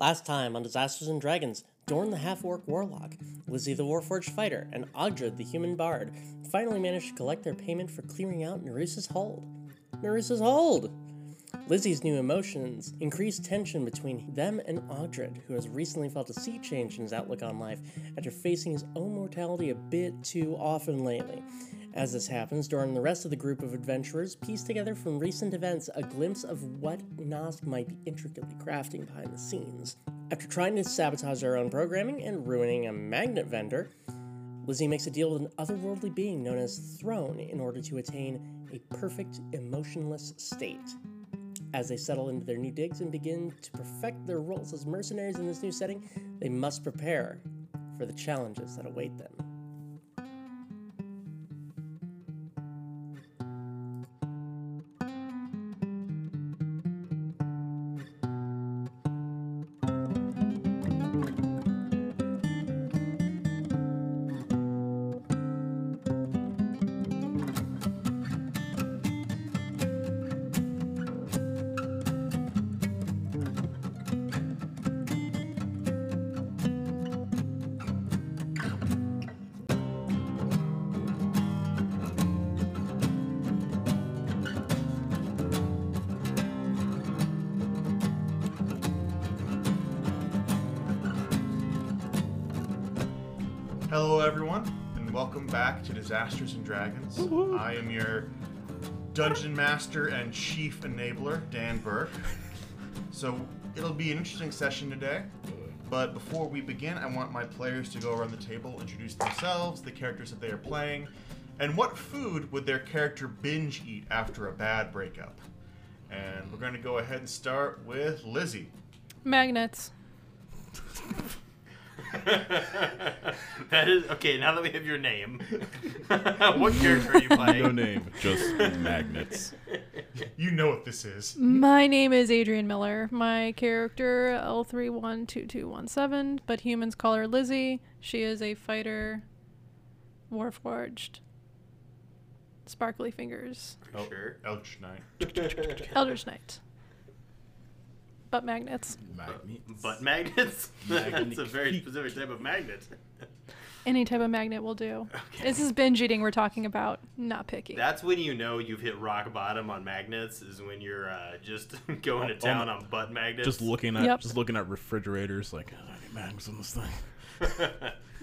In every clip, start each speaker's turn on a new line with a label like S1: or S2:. S1: Last time on Disasters and Dragons, Dorn the half orc warlock, Lizzie the warforged fighter, and Audra the human bard finally managed to collect their payment for clearing out Narusa's hold. Narusa's hold! Lizzie's new emotions increased tension between them and Audred, who has recently felt a sea change in his outlook on life after facing his own mortality a bit too often lately. As this happens, Doran and the rest of the group of adventurers piece together from recent events a glimpse of what Nosk might be intricately crafting behind the scenes. After trying to sabotage their own programming and ruining a magnet vendor, Lizzie makes a deal with an otherworldly being known as Throne in order to attain a perfect, emotionless state. As they settle into their new digs and begin to perfect their roles as mercenaries in this new setting, they must prepare for the challenges that await them.
S2: Hello, everyone, and welcome back to Disasters and Dragons. I am your dungeon master and chief enabler, Dan Burke. So, it'll be an interesting session today. But before we begin, I want my players to go around the table, introduce themselves, the characters that they are playing, and what food would their character binge eat after a bad breakup. And we're going to go ahead and start with Lizzie.
S3: Magnets.
S4: that is okay. Now that we have your name, what character are you playing?
S5: No name, just magnets.
S2: You know what this is.
S3: My name is Adrian Miller. My character L312217, but humans call her Lizzie. She is a fighter, warforged, sparkly fingers,
S2: Oh.
S4: Sure.
S2: Eldritch Knight.
S3: Eldritch Knight. But magnets.
S4: Butt magnets. That's a
S5: Magnet.
S4: very specific type of magnet.
S3: Any type of magnet will do. This is binge eating we're talking about, not picky.
S4: That's when you know you've hit rock bottom on magnets. Is when you're uh, just going to
S5: Oh,
S4: town
S5: um,
S4: on butt magnets.
S5: Just looking at
S3: Yep.
S5: just looking at refrigerators, like "Oh, I need magnets on this thing.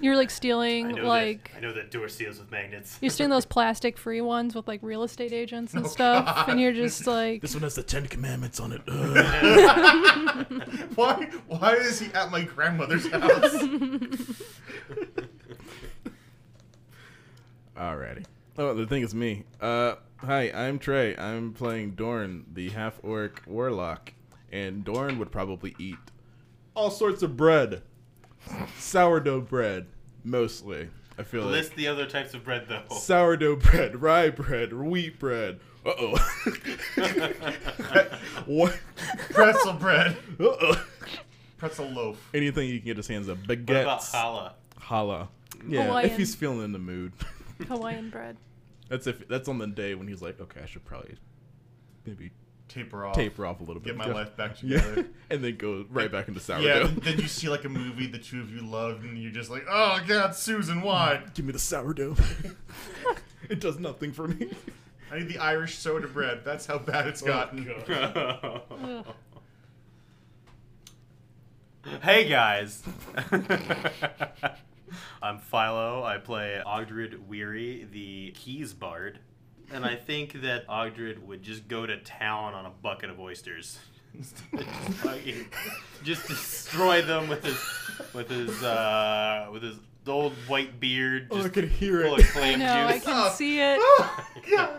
S3: You're like
S4: I
S3: stealing,
S4: know
S3: like.
S4: that, I know that door seals with magnets.
S3: You're stealing those plastic free ones with like real estate agents
S4: Oh,
S3: and stuff, and you're just like.
S5: This one has the Ten Commandments on it. Ugh.
S2: Why? Why is he at my grandmother's house?
S5: Alrighty. Oh, the thing is me. Uh, hi, I'm Trey. I'm playing Dorn, the half orc warlock, and Dorn would probably eat all sorts of bread, sourdough bread mostly. I feel like
S4: List the other types of bread though.
S5: sourdough bread, rye bread, wheat bread. Uh oh. what?
S2: pretzel bread,
S5: Uh oh.
S2: pretzel loaf.
S5: Anything you can get his hands on.
S4: What about
S5: Baguettes.
S4: challah?
S5: Challah. Yeah,
S3: Hawaiian.
S5: if he's feeling in the mood.
S3: Hawaiian bread.
S5: that's if that's on the day when he's like, okay, I should probably maybe
S2: Taper off.
S5: taper off a little bit.
S2: Get my
S5: Yeah.
S2: life back
S5: Yeah.
S2: together.
S5: and then go right back into sourdough.
S2: Yeah. then you see like a movie the two of you love, and you're just like, oh god, Susan, why?
S5: Give me the sourdough. it does nothing for me.
S2: I need the Irish soda bread. That's how bad
S5: Oh,
S2: it's gotten.
S4: Hey guys! I'm Philo. I play Ogdred Weary, the Keys Bard. And I think that Ogdred would just go to town on a bucket of oysters. just, fucking- just destroy them with his with his uh, with his old white beard.
S5: Oh,
S4: Just
S5: I can hear
S4: full
S5: it.
S4: of clam
S3: No, I
S4: juice.
S2: Oh.
S3: can see it.
S2: yeah.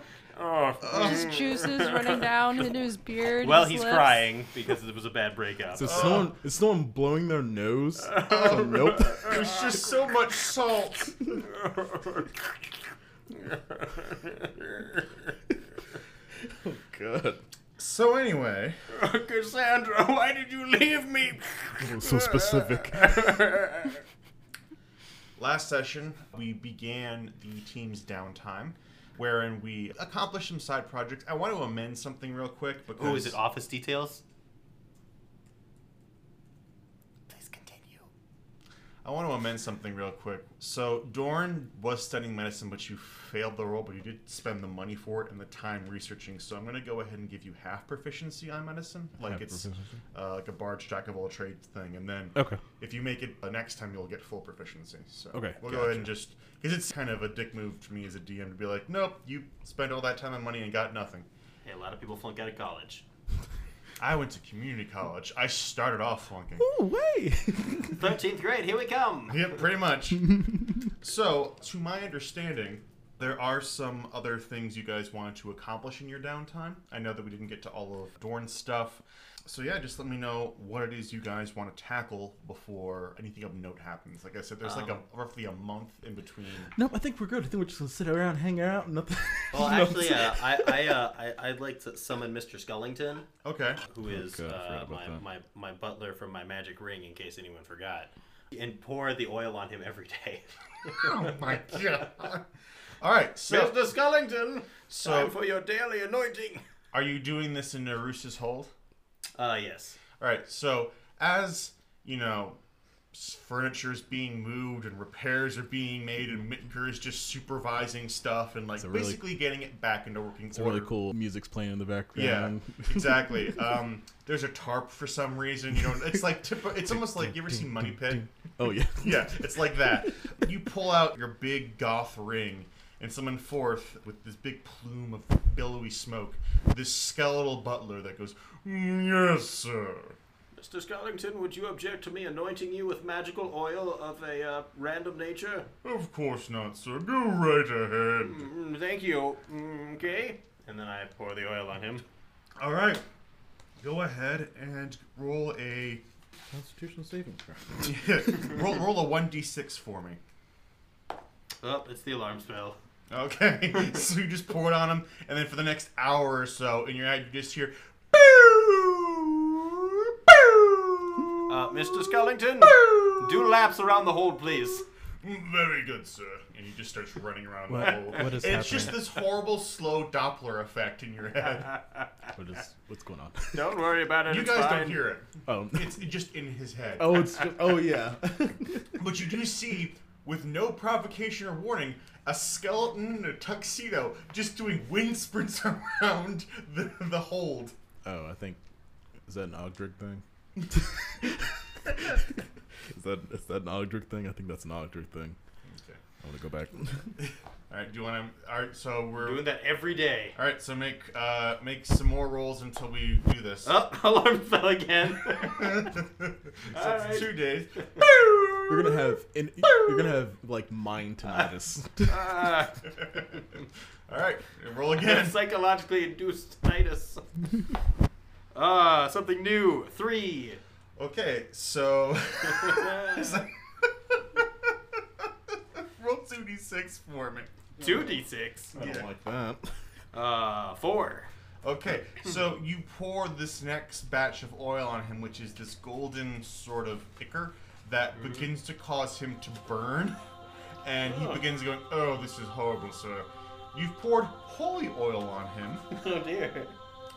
S4: Oh.
S3: His juices running down into his beard.
S4: Well,
S3: his
S4: he's
S3: lips.
S4: crying because it was a bad breakup.
S5: So someone is someone blowing their nose? Oh, nope.
S2: There's just so much salt.
S5: oh god.
S2: So anyway,
S4: Cassandra, why did you leave me?
S5: so specific.
S2: last session we began the team's downtime, wherein we accomplished some side projects. I want to amend something real quick because
S4: Oh, is it office details?
S2: I want to amend something real quick. So Dorn was studying medicine, but you failed the role, but you did spend the money for it and the time researching. So I'm going to go ahead and give you half proficiency on medicine, like
S5: Half
S2: it's
S5: proficiency?
S2: uh, like a bard's jack of all trades thing, and then
S5: Okay.
S2: if you make it uh, next time, you'll get full proficiency. So
S5: Okay,
S2: we'll go ahead
S5: gotcha.
S2: and just because it's kind of a dick move to me as a DM to be like, nope, you spent all that time and money and got nothing.
S4: Hey, a lot of people flunk out of college.
S2: I went to community college. I started off flunking.
S5: Oh way.
S4: 13th grade, here we come.
S2: Yep, pretty much. so, to my understanding, there are some other things you guys wanted to accomplish in your downtime. I know that we didn't get to all of Dorn's stuff. So, yeah, just let me know what it is you guys want to tackle before anything of note happens. Like I said, there's like a,
S4: Um.
S2: roughly a month in between.
S5: nope. I think we're good. I think we're just gonna sit around, hang out, nothing.
S4: Well, actually, uh, I, I, uh, I, I'd like to summon Mr. Skullington,
S2: Okay.
S4: who is
S5: Oh, God, I forgot
S4: uh,
S5: about
S4: my,
S5: that.
S4: my, my butler from my magic ring, in case anyone forgot, and pour the oil on him every day.
S2: oh my god. All right, so
S4: Skullington,
S2: So- time
S4: for your daily anointing.
S2: are you doing this in Narusa's hold?
S4: Uh, yes.
S2: All right. So as you know, s- furniture's being moved and repairs are being made, and Mitker is just supervising stuff and like
S5: a really-
S2: basically getting it back into working
S5: It's
S2: order.
S5: really cool. Music's playing in the
S2: Yeah,
S5: background.
S2: exactly. Um, there's a tarp for some reason. You know, it's like tip- it's almost like you ever seen Money Pit.
S5: Oh yeah.
S2: Yeah, it's like that. You pull out your big goth ring and summon forth with this big plume of billowy smoke, this skeletal butler that goes, "Mm, "Yes, sir."
S4: Mr. Scarlington, would you object to me anointing you with magical oil of a uh, random nature?
S2: Of course not, sir. Go right ahead.
S4: Mm, thank you. Mm, okay. And then I pour the oil on him.
S2: All right. Go ahead and roll a
S5: Constitutional saving throw.
S2: roll, roll a one d six for me.
S4: Oh, it's the alarm spell.
S2: Okay. so you just pour it on him, and then for the next hour or so, in your head, you just hear. "Boo! Boo!
S4: Uh, Mr. Scarlington, do laps around the hold, please.
S2: Very good, sir. And he just starts running around
S5: What-
S2: the hole.
S5: what is
S2: it's just
S5: happening?
S2: this horrible slow Doppler effect in your head.
S5: What is? What's going on?
S4: Don't worry about it.
S2: You guys don't hear it.
S5: Oh.
S2: It's just in his head.
S5: Oh, it's just, oh yeah.
S2: But you do see, with no provocation or warning, a skeleton in a tuxedo just doing wind sprints around the, the hold.
S5: oh, I think is that an Ogdrick thing? is that is that an Ogdrick thing? I think that's an Ogdrick thing.
S2: Okay.
S5: I want to go back.
S2: All right. Do you want to? All right. So we're.
S4: Doing that every day.
S2: all right. So make uh make some more rolls until we do this.
S4: Oh, alarm spell again.
S2: so it's two days.
S5: You're gonna have in, you're gonna have like mind tinnitus.
S4: Ah,
S2: all right. Roll again.
S4: psychologically induced tinnitus. Ah, something new. Three.
S2: Okay. So. roll two d six for me.
S4: Two d six.
S5: I
S2: Yeah.
S5: don't like that.
S4: Uh, four.
S2: Okay, so you pour this next batch of oil on him, which is this golden sort of ichor that
S4: Mm-hmm.
S2: begins to cause him to burn. And he
S4: Oh.
S2: begins going, Oh, this is horrible, sir. You've poured holy oil on him,
S4: Oh dear.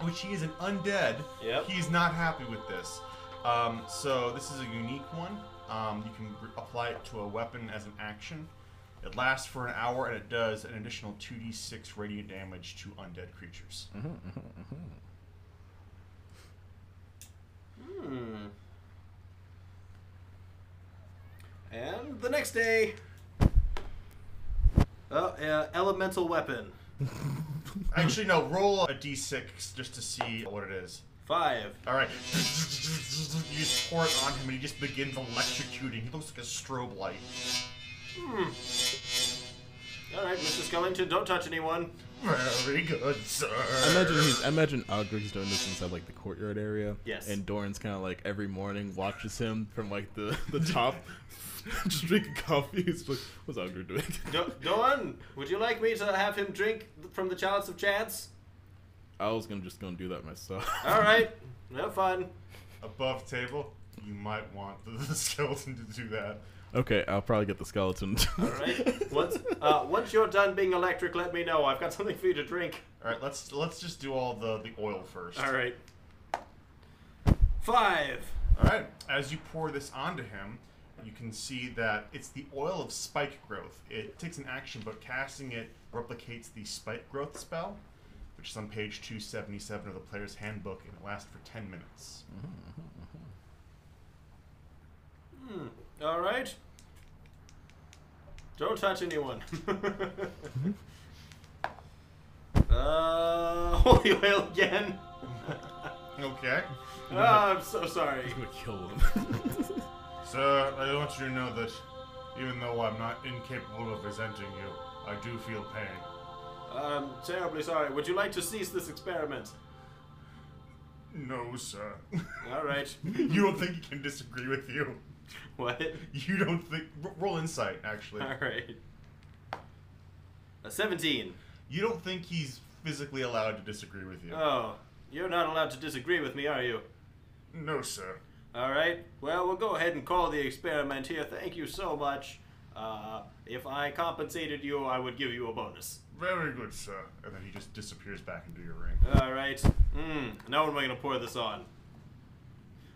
S2: which he is an undead.
S4: Yep.
S2: He's not happy with this. Um, so this is a unique one. Um, you can re- apply it to a weapon as an action. It lasts for an hour and it does an additional 2d6 radiant damage to undead creatures.
S4: Hmm. And the next day. Oh, uh, elemental weapon.
S2: Actually, no. Roll a d6 just to see what it is.
S4: Five.
S2: All right. You just pour it on him, and he just begins electrocuting. He looks like a strobe light.
S4: All right, Mr. Skellington, don't touch anyone.
S2: Very good, sir.
S5: I imagine he's I imagine Ogdrick's doing this inside like the courtyard area.
S4: Yes.
S5: And Doran's kind of like every morning watches him from like the the top, just drinking coffee. He's like, "What's Ogdrick doing?"
S4: Do- Doan, would you like me to have him drink from the chalice of chance?
S5: I was gonna just gonna do that myself.
S4: All right, have fun.
S2: Above table, you might want the, the skeleton to do that.
S5: Okay, I'll probably get the skeleton.
S4: All right. Once, uh, once you're done being electric, let me know. I've got something for you to drink.
S2: All right, let's let's just do all the the oil first.
S4: All right. Five.
S2: Uh-huh. All right. As you pour this onto him, you can see that it's the oil of spike growth. It takes an action, but casting it replicates the spike growth spell, which is on page 277 of the player's handbook, and it lasts for 10 minutes.
S4: All right. Don't touch anyone. uh, holy oil again.
S2: Okay.
S4: Ah, I'm so sorry.
S5: gonna kill him.
S2: Sir, I want you to know that even though I'm not incapable of resenting you, I do feel pain.
S4: I'm terribly sorry. Would you like to cease this experiment?
S2: No, sir.
S4: All right.
S2: you don't think he can disagree with you?
S4: What?
S2: You don't think. ro- Roll insight, actually.
S4: All right. A 17.
S2: You don't think he's physically allowed to disagree with you?
S4: Oh, you're not allowed to disagree with me, are you?
S2: no, sir.
S4: All right. Well, we'll go ahead and call the experiment here. Thank you so much. Uh, if I compensated you, I would give you a bonus.
S2: Very good, sir. And then he just disappears back into your ring.
S4: All right. Mm, now what am I gonna pour this on?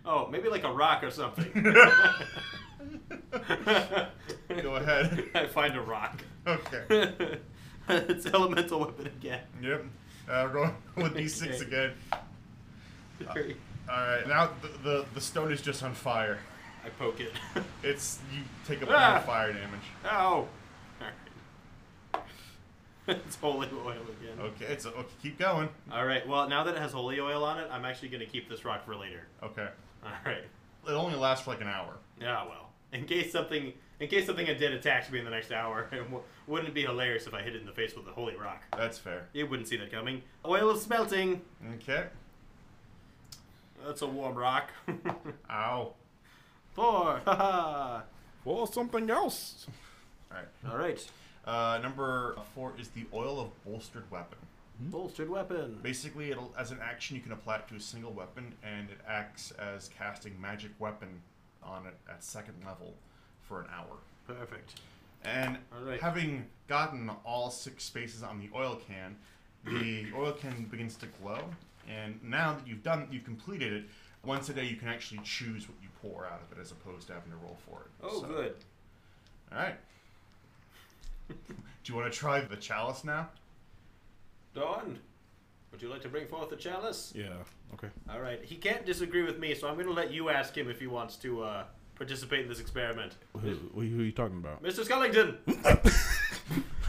S4: Oh, maybe like a rock or something.
S2: Go ahead.
S4: I find a rock.
S2: Okay.
S4: it's elemental weapon again.
S2: Yep. Uh, roll with d6
S4: Okay.
S2: again.
S4: Uh,
S2: All right. Now the, the the stone is just on fire.
S4: I poke it.
S2: It's you take a point
S4: Ah!
S2: of fire damage.
S4: Ow! Alright. Oh, it's holy oil again.
S2: Okay. It's okay. Keep going.
S4: Alright, well, now that it has holy oil on it, I'm actually gonna keep this rock for later.
S2: Okay.
S4: Alright.
S2: It only lasts for like an hour.
S4: Ah, well. In case something. In case something I did attacks me in the next hour, it w- wouldn't it be hilarious if I hit it in the face with a holy rock?
S2: That's fair.
S4: You wouldn't see that coming. Oil is smelting.
S2: Okay.
S4: That's a warm rock.
S2: Ow.
S4: Four. Haha.
S5: Well, something else.
S2: All right.
S4: All right.
S2: Uh, number four is the oil of bolstered weapon.
S4: Bolstered weapon.
S2: Basically, it'll as an action you can apply it to a single weapon, and it acts as casting magic weapon on it at second level for an hour.
S4: Perfect.
S2: And
S4: Alright.
S2: having gotten all six spaces on the oil can, the oil can begins to glow. And now that you've done, you've completed it. Once a day, you can actually choose what you pour out of it, as opposed to having to roll for it.
S4: Oh,
S2: So-
S4: good.
S2: All right. Do you want to try the chalice now?
S4: Dawn, would you like to bring forth the chalice?
S5: Yeah. Okay.
S4: All right. He can't disagree with me, so I'm going to let you ask him if he wants to uh, participate in this experiment.
S5: Who, who, who are you talking about?
S4: Mr. Skellington!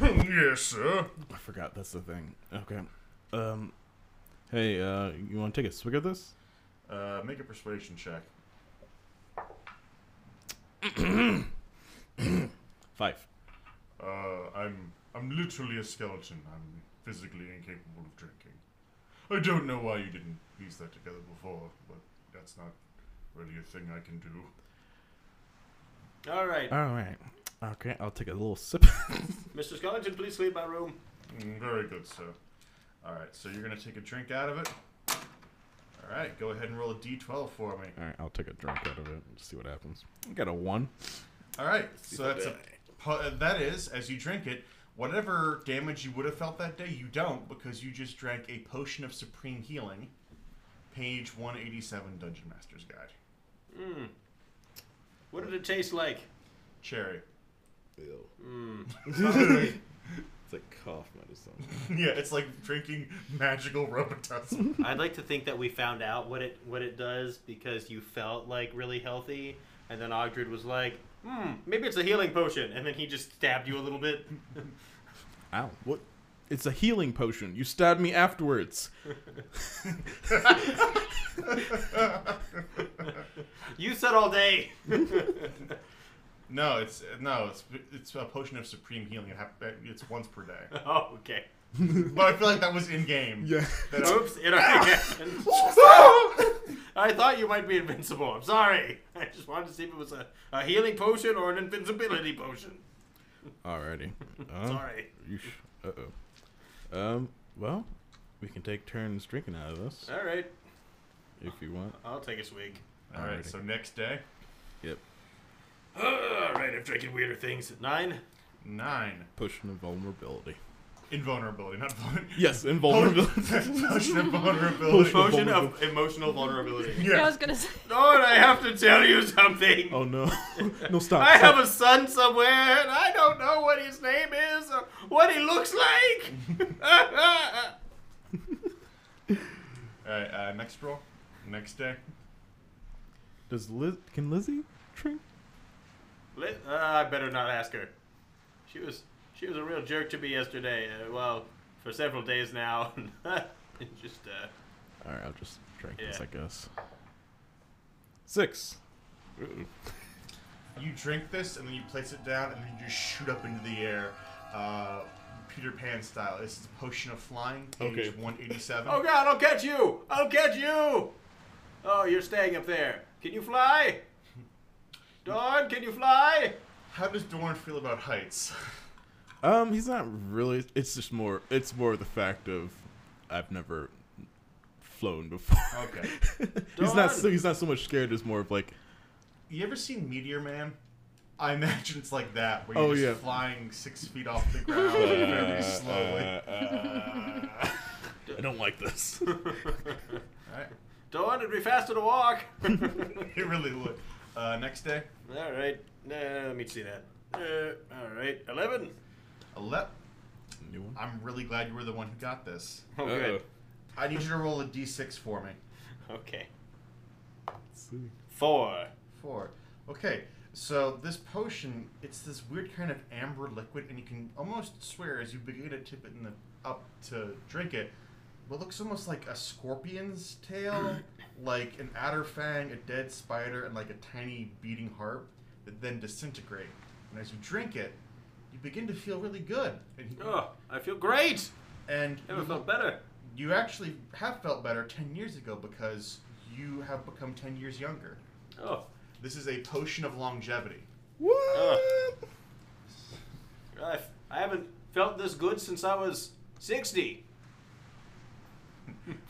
S2: yes, sir.
S5: I forgot. That's the thing. Okay. Um. Hey, uh, you want to take a swig of this?
S2: Uh, make a persuasion check.
S5: Five.
S2: Uh, I'm I'm literally a skeleton. I'm physically incapable of drinking. I don't know why you didn't piece that together before, but that's not really a thing I can do.
S4: All right.
S5: All right. Okay, I'll take a little sip.
S4: Mr. Skellington, please leave my room.
S2: Mm, very good, sir. All right, so you're gonna take a drink out of it. All right, go ahead and roll a d12 for me.
S5: All right, I'll take a drink out of it and see what happens. I got a one.
S2: All right, so that's a pu- uh, that is as you drink it. Whatever damage you would have felt that day, you don't because you just drank a potion of supreme healing. Page 187, Dungeon Master's Guide.
S4: What did it taste like?
S2: Cherry.
S6: Ew.
S5: Mm,
S2: yeah,
S6: It's like cough medicine.
S2: it's like drinking magical Robitussin.
S4: I'd like to think that we found out what it what it does because you felt like really healthy, and then Ogdred was like, "Hmm, maybe it's a healing potion," and then he just stabbed you a little bit.
S5: Ow. What? It's a healing potion. You stabbed me afterwards.
S4: you said all day.
S2: no, it's no, it's it's a potion of supreme healing. It hap- it's once per day,
S4: oh, okay.
S2: but I feel like that was in game. That-
S4: Oops, it already happened. I thought you might be invincible. I'm sorry. I just wanted to see if it was a, a healing potion or an invincibility potion.
S5: Alrighty. Um,
S4: Sorry.
S5: Uh oh. Um. Well, we can take turns drinking out of this
S4: All right,
S5: if you want.
S4: I'll take a swig.
S2: All right, so next day,
S5: Yep.
S4: All right, I'm drinking weirder things. Nine.
S2: nine.
S5: Potion of vulnerability.
S2: invulnerability, not vulnerability.
S5: Yes, invulnerability.
S2: Potion of vulnerability.
S4: Potion of emotional vulnerability.
S3: Yeah, I
S2: Yeah.
S3: was gonna say.
S4: Lord, I have to tell you something.
S5: oh no, no stop.
S4: I
S5: stop.
S4: have a son somewhere, and I don't know what his name is or what he looks like.
S2: Alright, uh, next roll. Next day.
S5: Does Liz? Can Lizzie drink?
S4: Li- uh, I better not ask her. She was she was a real jerk to me yesterday. Uh, well, for several days now. It just uh,
S5: All right, I'll just drink this,
S4: Yeah.
S5: I guess. Six.
S2: You drink this and then you place it down and then you just shoot up into the air. Uh, Peter Pan style. This is a potion of flying, page
S5: Okay.
S2: 187.
S4: oh God, I'll catch you! I'll catch you! Oh, you're staying up there. Can you fly? Dawn, can you fly?
S2: How does Dorn feel about heights?
S5: Um, he's not really. It's just more. It's more the fact of I've never flown before.
S4: Oh.
S2: Okay.
S5: he's not.
S4: Dawn.
S5: So, he's not so much scared. It's more of like,
S2: You ever seen Meteor Man? I imagine it's like that, where
S5: Oh,
S2: you're just
S5: yeah.
S2: flying six feet off the ground
S5: Uh,
S2: very slowly.
S5: I don't like this. uh.
S2: Alright.
S4: Dawn, it'd be faster to walk.
S2: It really would. Uh, next day,
S4: all right, uh, let me see that. Uh, all right, eleven.
S2: Alep.
S5: New one.
S2: I'm really glad you were the one who got this.
S4: Oh, good.
S2: I need you to roll a d6 for me.
S4: Okay,
S5: Let's see.
S4: four.
S2: Four. Okay, so this potion, it's this weird kind of amber liquid, and you can almost swear as you begin to tip it in the, up to drink it, what looks almost like a scorpion's tail, like an adder fang, a dead spider, and like a tiny beating heart that then disintegrate. And as you drink it, you begin to feel really good. And, you-
S4: Oh, I feel great.
S2: and
S4: Never
S2: you-
S4: felt better.
S2: you actually have felt better 10 years ago because you have become 10 years younger.
S4: Oh,
S2: This is a potion of longevity.
S5: What?
S4: I, f- I haven't felt this good since I was sixty.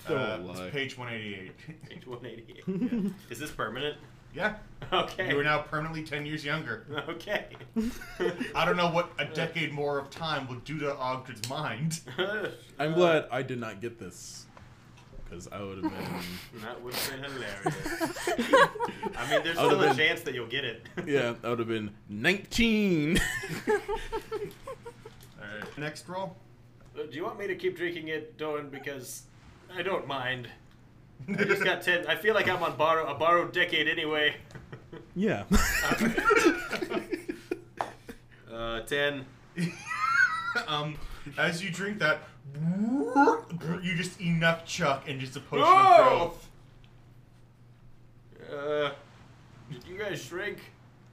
S6: Don't
S2: Uh,
S5: Oh,
S2: it's
S6: lie.
S2: page 188.
S4: Page one eighty-eight. Yeah. Is this permanent?
S2: yeah.
S4: Okay.
S2: You are now permanently 10 years younger.
S4: Okay.
S2: I don't know what a decade more of time will do to Ogden's mind.
S5: I'm glad I did not get this, because I would have been.
S4: that would have been hilarious. I mean, there's
S5: I would've
S4: still a
S5: been-
S4: chance that you'll get it.
S5: yeah, I would have been 19.
S2: Alright. Next roll.
S4: Uh, Do you want me to keep drinking it, Doan? Because I don't mind. I just got ten. I feel like I'm on borrow a borrowed decade anyway.
S5: yeah.
S4: Uh, ten.
S2: um, as you drink that, you just enough chuck and just a potion of
S4: Oh!
S2: growth.
S4: Uh, did you guys shrink?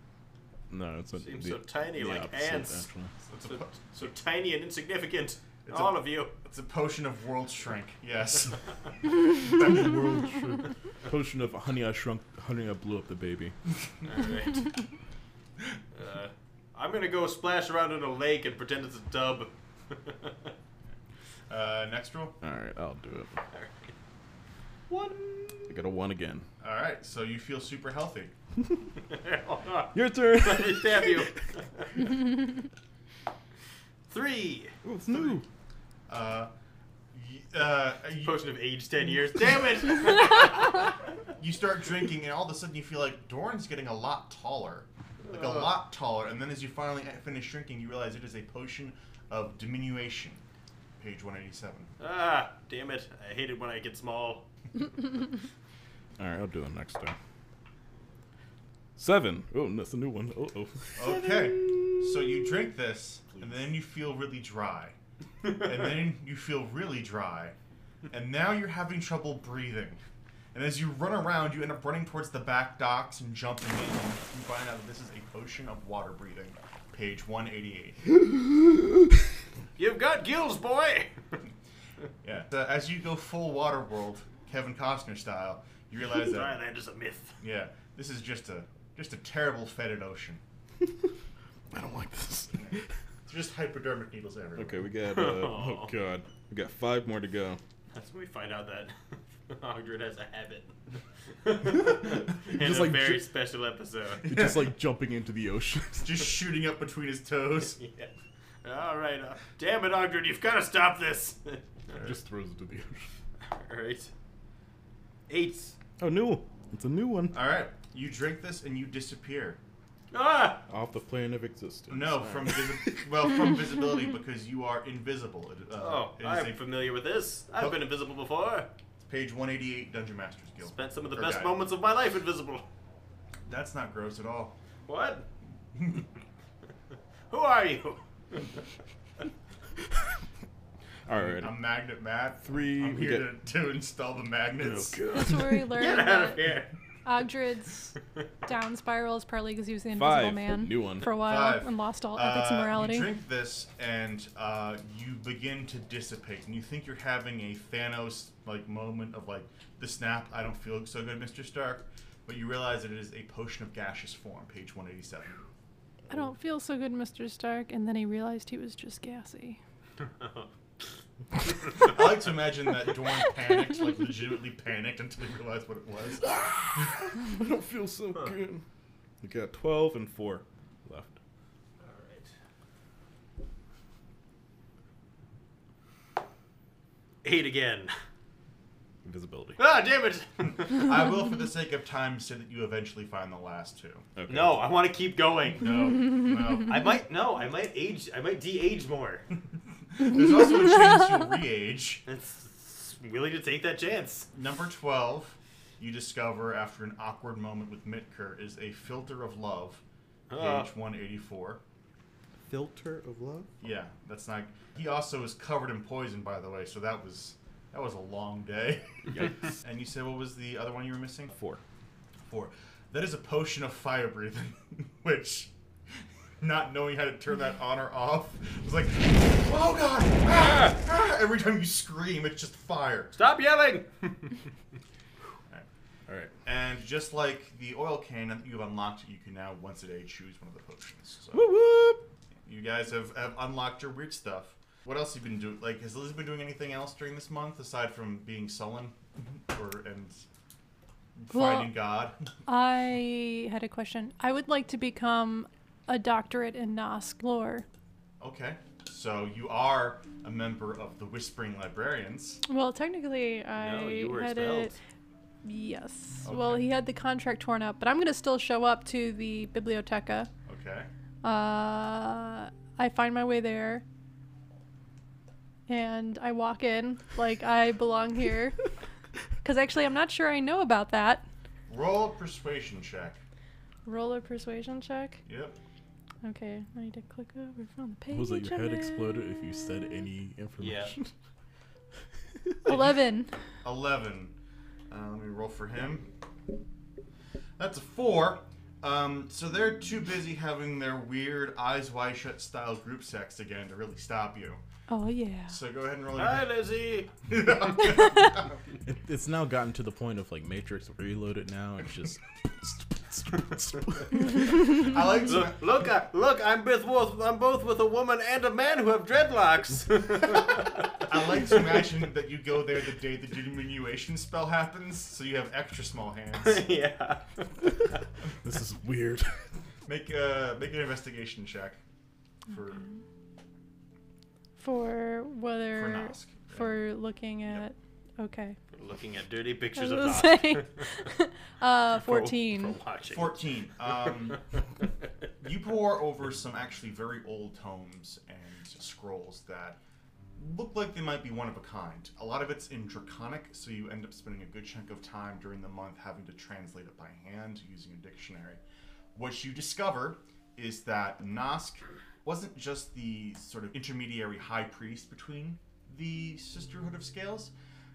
S5: no, it's a,
S4: Seems so tiny, like ants.
S5: actually.
S2: It's a,
S4: So,
S2: po-
S4: so tiny and insignificant.
S2: It's
S4: All
S2: a-
S4: of you.
S2: it's a potion of world shrink. Yes.
S5: World shrunk. Potion of honey, I shrunk. Honey, I blew up the baby.
S4: All right. uh, I'm gonna go splash around in a lake and pretend it's a tub.
S2: Uh, next roll.
S5: All right, I'll do it.
S4: All right. One.
S5: I got a one again.
S2: All right, so you feel super healthy.
S4: Hold on.
S5: Your turn.
S4: Let me stab you. Three.
S5: It's new.
S2: Uh, y- uh, you,
S4: Potion of age ten years. Damn it!
S2: you start drinking, and all of a sudden you feel like Dorn's getting a lot taller, like a lot taller. And then as you finally finish drinking, you realize it is a potion of diminution. Page 187.
S4: ah, damn it! I hate it when I get small.
S5: All right, I'll do it next time. Seven. Oh, that's a new one. Uh oh.
S2: Okay, so you drink this, and then you feel really dry, and then you feel really dry, and now you're having trouble breathing. And as you run around, you end up running towards the back docks and jumping in. You find out that this is a potion of water breathing. Page 188.
S4: You've got gills, boy.
S2: Yeah. So as you go full water world, Kevin Costner style, you realize that
S4: Dryland is a myth.
S2: yeah, this is just a just a terrible fetid ocean.
S5: I don't like this.
S2: It's just hypodermic needles everywhere.
S5: Okay, we got. Uh, oh God, we got five more to go.
S4: That's when we find out that Ogdred has a habit. In
S5: Just
S4: a
S5: like
S4: very
S5: ju-
S4: special episode.
S5: You're just like jumping into the ocean.
S2: Just shooting up between his toes.
S4: yeah. All right. Uh, damn it, Ogdred, you've got to stop this. All
S5: Just throws it to the ocean.
S4: right. Eight.
S5: Oh, new. It's a new one.
S2: All right, you drink this and you disappear.
S4: Ah!
S5: Off the plane of existence.
S2: No, from visi- well, from visibility because you are invisible. It, uh,
S4: Oh,
S2: it is
S4: I'm
S2: a-
S4: familiar with this. I've
S2: Oh.
S4: been invisible before.
S2: it's page 188, Dungeon Masters Guild.
S4: Spent some of the
S2: Or
S4: best
S2: guide.
S4: moments of my life invisible.
S2: That's not gross at all.
S4: What? Who are you?
S5: All right.
S2: I'm Magnet Matt.
S5: Three,
S2: I'm
S5: we
S2: here to, to install the
S5: Oh,
S2: magnets.
S3: That's where we
S4: Get
S3: learned
S4: out of
S3: that
S4: here.
S3: Ogdred's down spiral is partly because he was the invisible
S5: Five.
S3: man
S5: New one.
S3: for a while
S2: Five.
S3: and lost all
S2: Uh,
S3: ethics and morality.
S2: You drink this, and uh, you begin to dissipate, and you think you're having a Thanos like moment of like the snap. I don't feel so good, Mister Stark, but you realize that it is a potion of gaseous form. Page one eighty seven.
S3: I don't feel so good, Mr. Stark. And then he realized he was just gassy.
S2: I like to imagine that Dorn panicked, like legitimately panicked, until he realized what it was.
S5: I don't feel so good. We got 12 and 4 left.
S4: Eight again.
S5: Invisibility.
S4: Ah, damn it.
S2: I will, for the sake of time, say that you eventually find the last two.
S5: Okay.
S4: no, I want to keep going.
S2: No, no.
S4: I might no, I might age. I might de-age more.
S2: There's also a chance you'll re-age.
S4: It's it's willing to take that chance.
S2: Number 12, you discover after an awkward moment with Mitker, is a filter of love, page
S4: Ah.
S2: 184.
S6: Filter of love?
S2: Yeah, that's not. He also is covered in poison, by the way, so that was. That was a long day.
S5: Yikes.
S2: and you said what was the other one you were missing?
S5: 4.
S2: Four. That is a potion of fire breathing, which, not knowing how to turn that on or off, was like, oh god! ah, ah," Every time you scream, it's just fire.
S4: Stop yelling.
S5: All right.
S2: And just like the oil can that you've unlocked, you can now once a day choose one of the potions. So
S5: Whoop whoop.
S2: you guys have, have unlocked your weird stuff. What else have you been doing? Like, has Liz been doing anything else during this month aside from being sullen or and
S3: Well-
S2: finding God?
S3: I had a question. I would like to become a doctorate in Nosk lore.
S2: Okay, so you are a member of the Whispering Librarians.
S3: Well, technically, I
S4: no, you were
S3: had
S4: expelled.
S3: it. Yes. Well, he had the contract torn up, but I'm gonna still show up to the biblioteca.
S2: Okay,
S3: Uh, I find my way there, and I walk in like I belong here. Cause actually, I'm not sure I know about that.
S2: roll a persuasion check.
S3: Roll a persuasion check.
S2: Yep.
S3: Okay, I need to click over from the page.
S5: What was that? Your head
S3: of it.
S5: exploded if you said any information.
S3: Eleven.
S2: Eleven. Uh, let me roll for him. That's a four. Um, so they're too busy having their weird eyes wide shut style group sex again to really stop you.
S3: Oh yeah.
S2: So go ahead and roll.
S4: Hi,
S2: Your-
S4: Lizzie.
S5: It, it's now gotten to the point of like Matrix Reloaded now. It's just.
S2: I like to.
S4: Look, look, I, look! I'm with both. I'm both with a woman and a man who have dreadlocks.
S2: I like to imagine that you go there the day the diminution spell happens, so you have extra small hands.
S4: yeah.
S5: this is weird.
S2: Make uh, make an investigation check for
S3: For whether
S2: for Nosk.
S3: Er, for looking at. Okay.
S4: Looking at dirty
S3: I was
S4: pictures of
S3: gonna
S4: Doc.
S3: say. uh,
S4: For-
S3: fourteen.
S4: For, watching.
S2: Fourteen. Um, you pour over some actually very old tomes and scrolls that look like they might be one of a kind. A lot of it's in Draconic, so you end up spending a good chunk of time during the month having to translate it by hand using a dictionary. What you discover is that Nosk wasn't just the sort of intermediary high priest between the Sisterhood of Scales.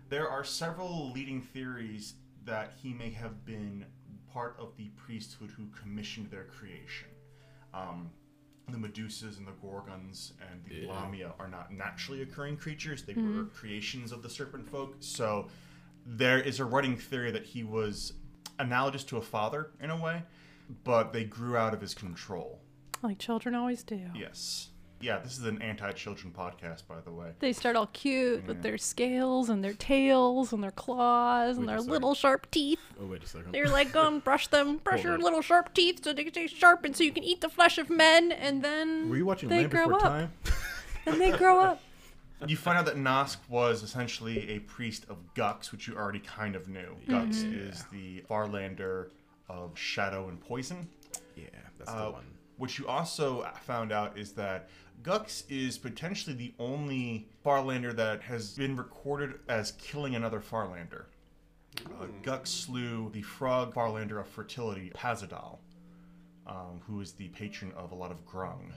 S2: There are several leading theories that he may have been part of the priesthood who commissioned their creation. Um, the Medusas and the Gorgons and the Lamia are not naturally occurring creatures. They were creations of the serpent folk. So there is a running theory that he was analogous to a father in a way, but they grew out of his control.
S3: Like children always do.
S2: Yes. Yeah, this is an anti children podcast, by the way.
S3: They start all cute with their scales and their tails and their claws and
S5: Wait a
S3: their
S5: second.
S3: little sharp teeth.
S5: Oh wait a second.
S3: They're like, um, brush them, brush
S5: Hold
S3: your
S5: on.
S3: little sharp teeth so they can stay sharp and so you can eat the flesh of men. And then
S5: Were you watching
S3: they
S5: Land
S3: grow
S5: Before
S3: up.
S5: Time?
S3: And they grow up.
S2: You find out that Nosk was essentially a priest of Gux, which you already kind of knew.
S3: Mm-hmm.
S2: Gux is the Farlander of Shadow and Poison.
S5: Yeah, that's
S2: Uh,
S5: the one.
S2: What you also found out is that Gux is potentially the only Farlander that has been recorded as killing another Farlander. Uh, Gux slew the frog Farlander of fertility, Pazadal, um, who is the patron of a lot of Grung.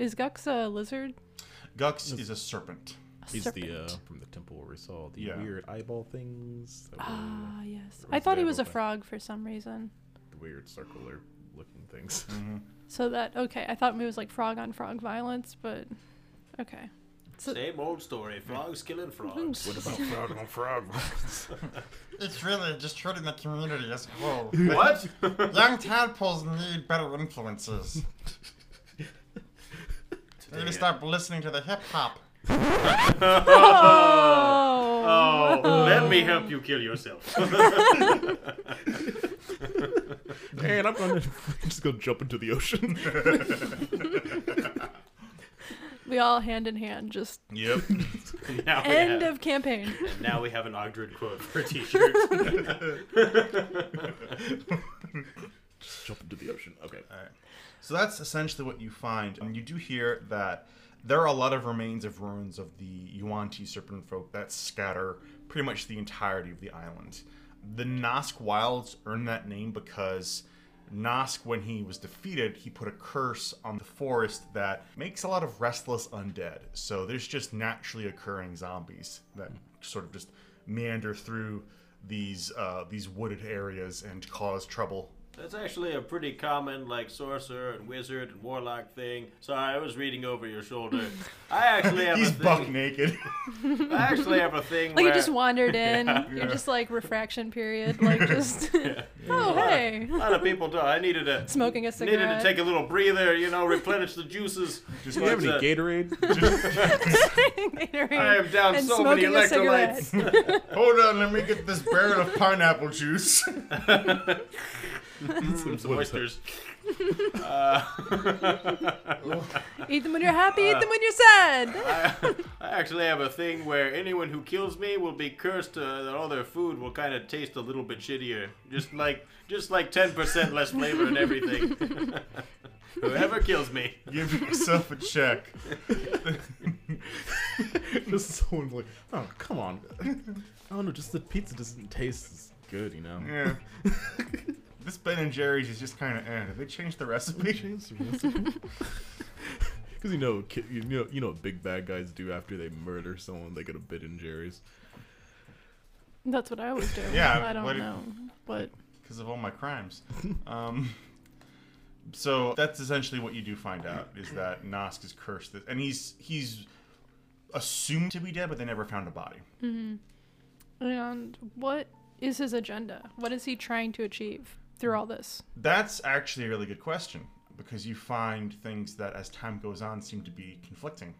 S3: Is Gux a lizard?
S2: Gux is a serpent.
S3: A
S5: He's the uh,
S3: serpent.
S5: from the temple where we saw the
S2: Yeah.
S5: weird eyeball things, that were
S3: Ah, yes.
S5: Or
S3: I
S5: is
S3: thought he
S5: that
S3: was a
S5: okay?
S3: frog for some reason.
S5: the weird circular looking things.
S3: So that, okay, I thought it was like frog on frog violence, but okay. So-
S4: Same old story. Frogs killing frogs.
S5: what about frog on frog?
S2: It's really just hurting the community as a whole.
S4: what?
S2: Young tadpoles need better influences. They need to stop listening to the hip hop.
S3: Oh!
S4: Oh, let me help you kill yourself.
S5: and I'm gonna just go jump into the ocean.
S3: We all hand in hand, just
S2: Yep.
S4: now
S5: Oh,
S4: we
S3: end
S4: have,
S3: of campaign.
S4: and now we have an Ogdred quote for a T-shirt.
S5: jump into the ocean. Okay.
S2: So that's essentially what you find. And you do hear that there are a lot of remains of ruins of the Yuan-Ti serpent folk that scatter pretty much the entirety of the island. The Nosk Wilds earned that name because Nosk, when he was defeated, he put a curse on the forest that makes a lot of restless undead. So there's just naturally occurring zombies that sort of just meander through these uh, these wooded areas and cause trouble
S4: That's actually a pretty common, like, sorcerer and wizard and warlock thing. Sorry, I was reading over your shoulder. I actually have
S2: He's
S4: a thing.
S2: buck naked.
S4: I actually have a thing
S3: Like
S4: where
S3: you just wandered in, you're just like refraction period, like just oh hey,
S4: a lot of people do. I needed a
S3: smoking a
S4: needed
S3: cigarette.
S4: to take a little breather, you know, replenish the juices.
S5: Do you have any
S4: But, uh,
S5: Gatorade?
S3: Gatorade
S4: I am down
S3: and
S4: so many
S3: smoking a cigarette.
S4: electrolytes.
S2: Hold on, let me get this barrel of pineapple juice.
S4: Mm, some oysters.
S3: Eat them when you're happy. Eat them when you're sad.
S4: I, I actually have a thing where anyone who kills me will be cursed. Uh, that all their food will kind of taste a little bit shittier, just like just like ten percent less flavor and everything. Whoever kills me,
S2: Give yourself a check.
S5: just someone like, oh come on. Oh no, just the pizza doesn't taste as good, you know.
S2: Yeah. This Ben and Jerry's is just kind of eh. Did they change the recipe?
S5: Because you know, ki- you know, you know, what big bad guys do after they murder someone, they get a bit in Jerry's.
S3: That's what I always do.
S2: Yeah,
S3: I don't
S2: what-
S3: know, but
S2: Because of all my crimes. Um, so that's essentially what you do find out is that Nosk is cursed, this, and he's he's assumed to be dead, but they never found a body.
S3: and what is his agenda? What is he trying to achieve through all this?
S2: That's actually a really good question because you find things that, as time goes on, seem to be conflicting.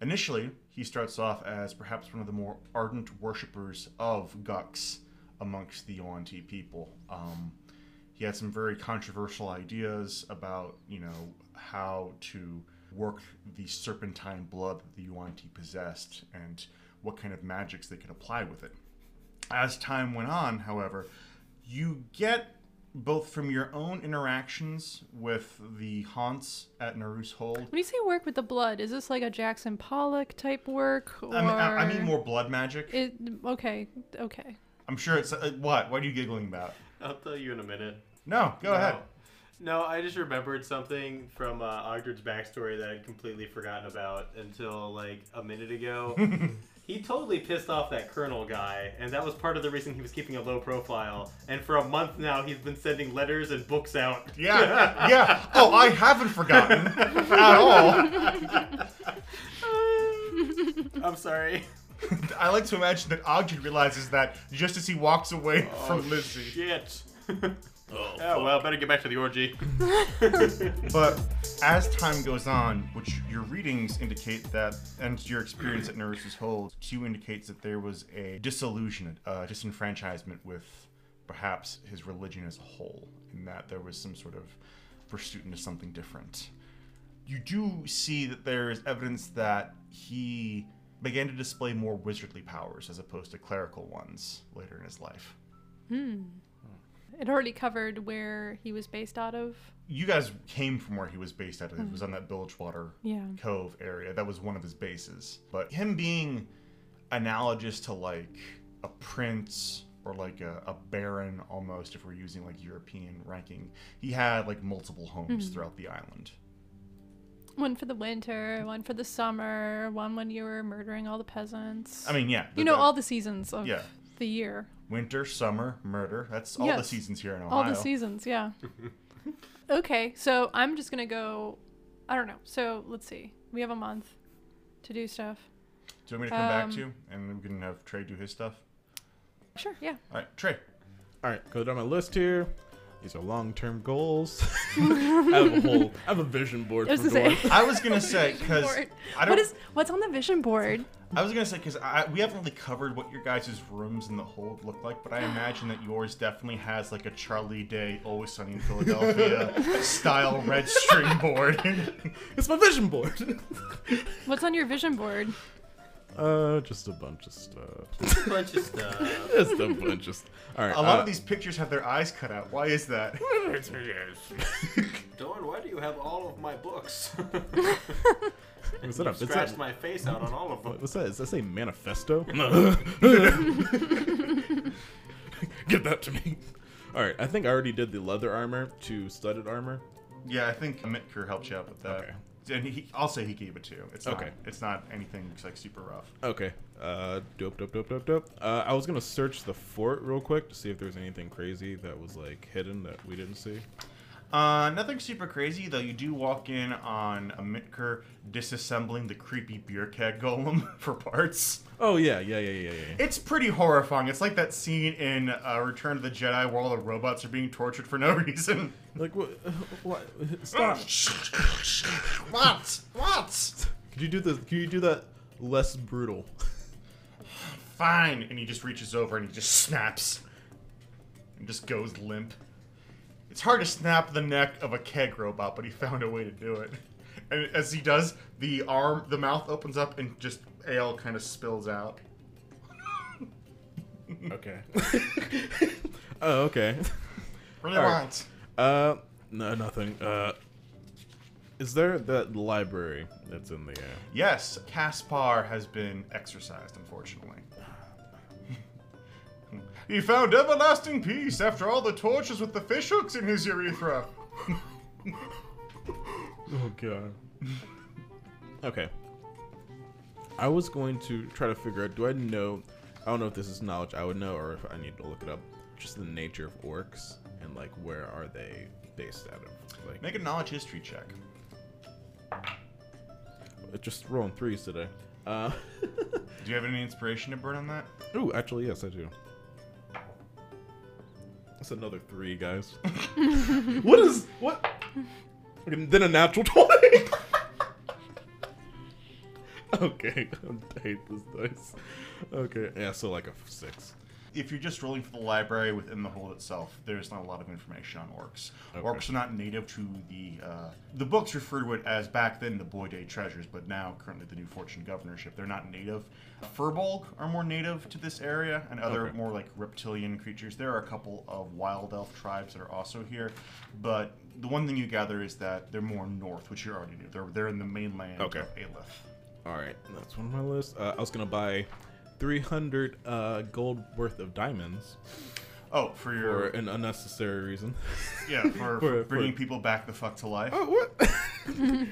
S2: Initially, he starts off as perhaps one of the more ardent worshippers of Gux amongst the Yuan-Ti people. Um, he had some very controversial ideas about, you know, how to work the serpentine blood that the Yuan-Ti possessed and what kind of magics they could apply with it. As time went on, however, you get both from your own interactions with the haunts at Naru's Hold.
S3: When you say work with the blood, is this like a Jackson Pollock type work, or
S2: I mean, I, I mean more blood magic.
S3: It, okay, okay.
S2: I'm sure it's uh, what? What are you giggling about?
S4: I'll tell you in a minute.
S2: No, go ahead.
S4: No, I just remembered something from uh, Ogdred's backstory that I'd completely forgotten about until like a minute ago. he totally pissed off that colonel guy, and that was part of the reason he was keeping a low profile. And for a month now, he's been sending letters and books out.
S2: Yeah, yeah. Oh, I haven't forgotten at all.
S4: I'm sorry.
S2: I like to imagine that Ogden realizes that just as he walks away from Lizzie.
S4: Shit. oh, well, better get back to the orgy.
S2: But as time goes on, which your readings indicate that, and your experience at Nourishes Hold, too indicates that there was a disillusion, uh, disenfranchisement with perhaps his religion as a whole, and that there was some sort of pursuit into something different. you do see that there is evidence that he began to display more wizardly powers as opposed to clerical ones later in his life.
S3: It already covered where he was based out of.
S2: You guys came from where he was based at. It was on that Bilgewater
S3: Yeah.
S2: Cove area. That was one of his bases. But him being analogous to like a prince or like a, a baron almost, if we're using like European ranking, he had like multiple homes
S3: Hmm.
S2: throughout the island.
S3: One for the winter, one for the summer, one when you were murdering all the peasants.
S2: I mean, yeah.
S3: you
S2: the-
S3: know
S2: the
S3: all the seasons of
S2: Yeah.
S3: the year.
S2: winter, summer, murder. That's all the
S3: Yes.
S2: seasons here in Ohio.
S3: All the seasons, yeah. okay, so I'm just gonna go. I don't know. So let's see. We have a month to do stuff.
S2: Do you want me to come back
S3: Um,
S2: to you and we can have Trey do his stuff?
S3: Sure, yeah.
S2: All right, Trey.
S5: All right, go down my list here. These are long-term goals. I have a whole, I have a vision board
S3: I was
S5: for
S3: gonna say.
S5: Dorn.
S2: I was gonna say because
S3: Board.
S2: I don't.
S3: What is what's on the vision board?
S2: I was gonna say because we haven't really covered what your guys' rooms in the hold look like, but I imagine that yours definitely has like a Charlie Day, Always Sunny in Philadelphia style red string board.
S5: It's my vision board.
S3: What's on your vision board?
S5: uh, just a bunch of stuff.
S4: A bunch of stuff.
S5: Just a bunch of. St- All right.
S2: a lot
S5: uh,
S2: of these pictures have their eyes cut out. Why is that?
S4: Dorn, why do you have all of my books?
S5: What's that? up? Is
S4: Scratched
S5: that-
S4: my face out on all of them.
S5: What's that? Does that say manifesto? Give that to me. All right, I think I already did the leather armor to studded armor.
S2: Yeah, I think Mitker helped you out with that.
S5: Okay.
S2: And he, I'll say he gave it to you. It's
S5: Okay.
S2: Not, it's not anything like super rough.
S5: Okay. Uh, dope, dope, dope, dope, dope. Uh, I was gonna search the fort real quick to see if there was anything crazy that was like hidden that we didn't see.
S2: Uh, nothing super crazy though. You do walk in on a Mitker disassembling the creepy beer keg golem for parts.
S5: Oh yeah, yeah, yeah, yeah, yeah, yeah.
S2: It's pretty horrifying. It's like that scene in uh, Return of the Jedi where all the robots are being tortured for no reason.
S5: Like what? What? Stop.
S2: what? What?
S5: Could you do this? Could you do that less brutal?
S2: Fine. And he just reaches over and he just snaps and just goes limp. It's hard to snap the neck of a keg robot, but he found a way to do it. And as he does, the arm, the mouth opens up and just ale kind of spills out.
S5: Okay. oh, okay.
S2: Really
S5: All right.
S2: want.
S5: Uh, no, nothing. Uh, is there that library that's in the air?
S2: Yes, Caspar has been exorcised, unfortunately. he found everlasting peace after all the tortures with the fishhooks in his urethra.
S5: Oh god. okay. I was going to try to figure out. Do I know? I don't know if this is knowledge I would know, or if I need to look it up. Just the nature of orcs and like where are they based out of? Like
S2: Make a knowledge history check.
S5: just rolling threes today. Uh,
S2: Do you have any inspiration to burn on that?
S5: ooh, actually yes, I do. That's another three, guys. what is what? Okay, then a natural twenty. okay, I hate this dice. Okay, yeah, so like a f- six.
S2: If you're just rolling for the library within the hold itself, there's not a lot of information on orcs.
S5: Okay.
S2: Orcs are not native to the uh, the books refer to it as back then the Boy Day treasures, but now currently the New Fortune Governorship. They're not native. Furbolg are more native to this area, and other
S5: Okay.
S2: more like reptilian creatures. There are a couple of wild elf tribes that are also here, but the one thing you gather is that they're more north, which you already knew. They're they're in the mainland
S5: Okay.
S2: of Aelith.
S5: All right, that's one of my list. Uh, I was gonna buy three hundred uh, gold worth of diamonds
S2: Oh, for your
S5: for an unnecessary reason.
S2: yeah, for, for
S5: for-
S2: bringing
S5: for-
S2: people back the fuck to life.
S5: Oh, what?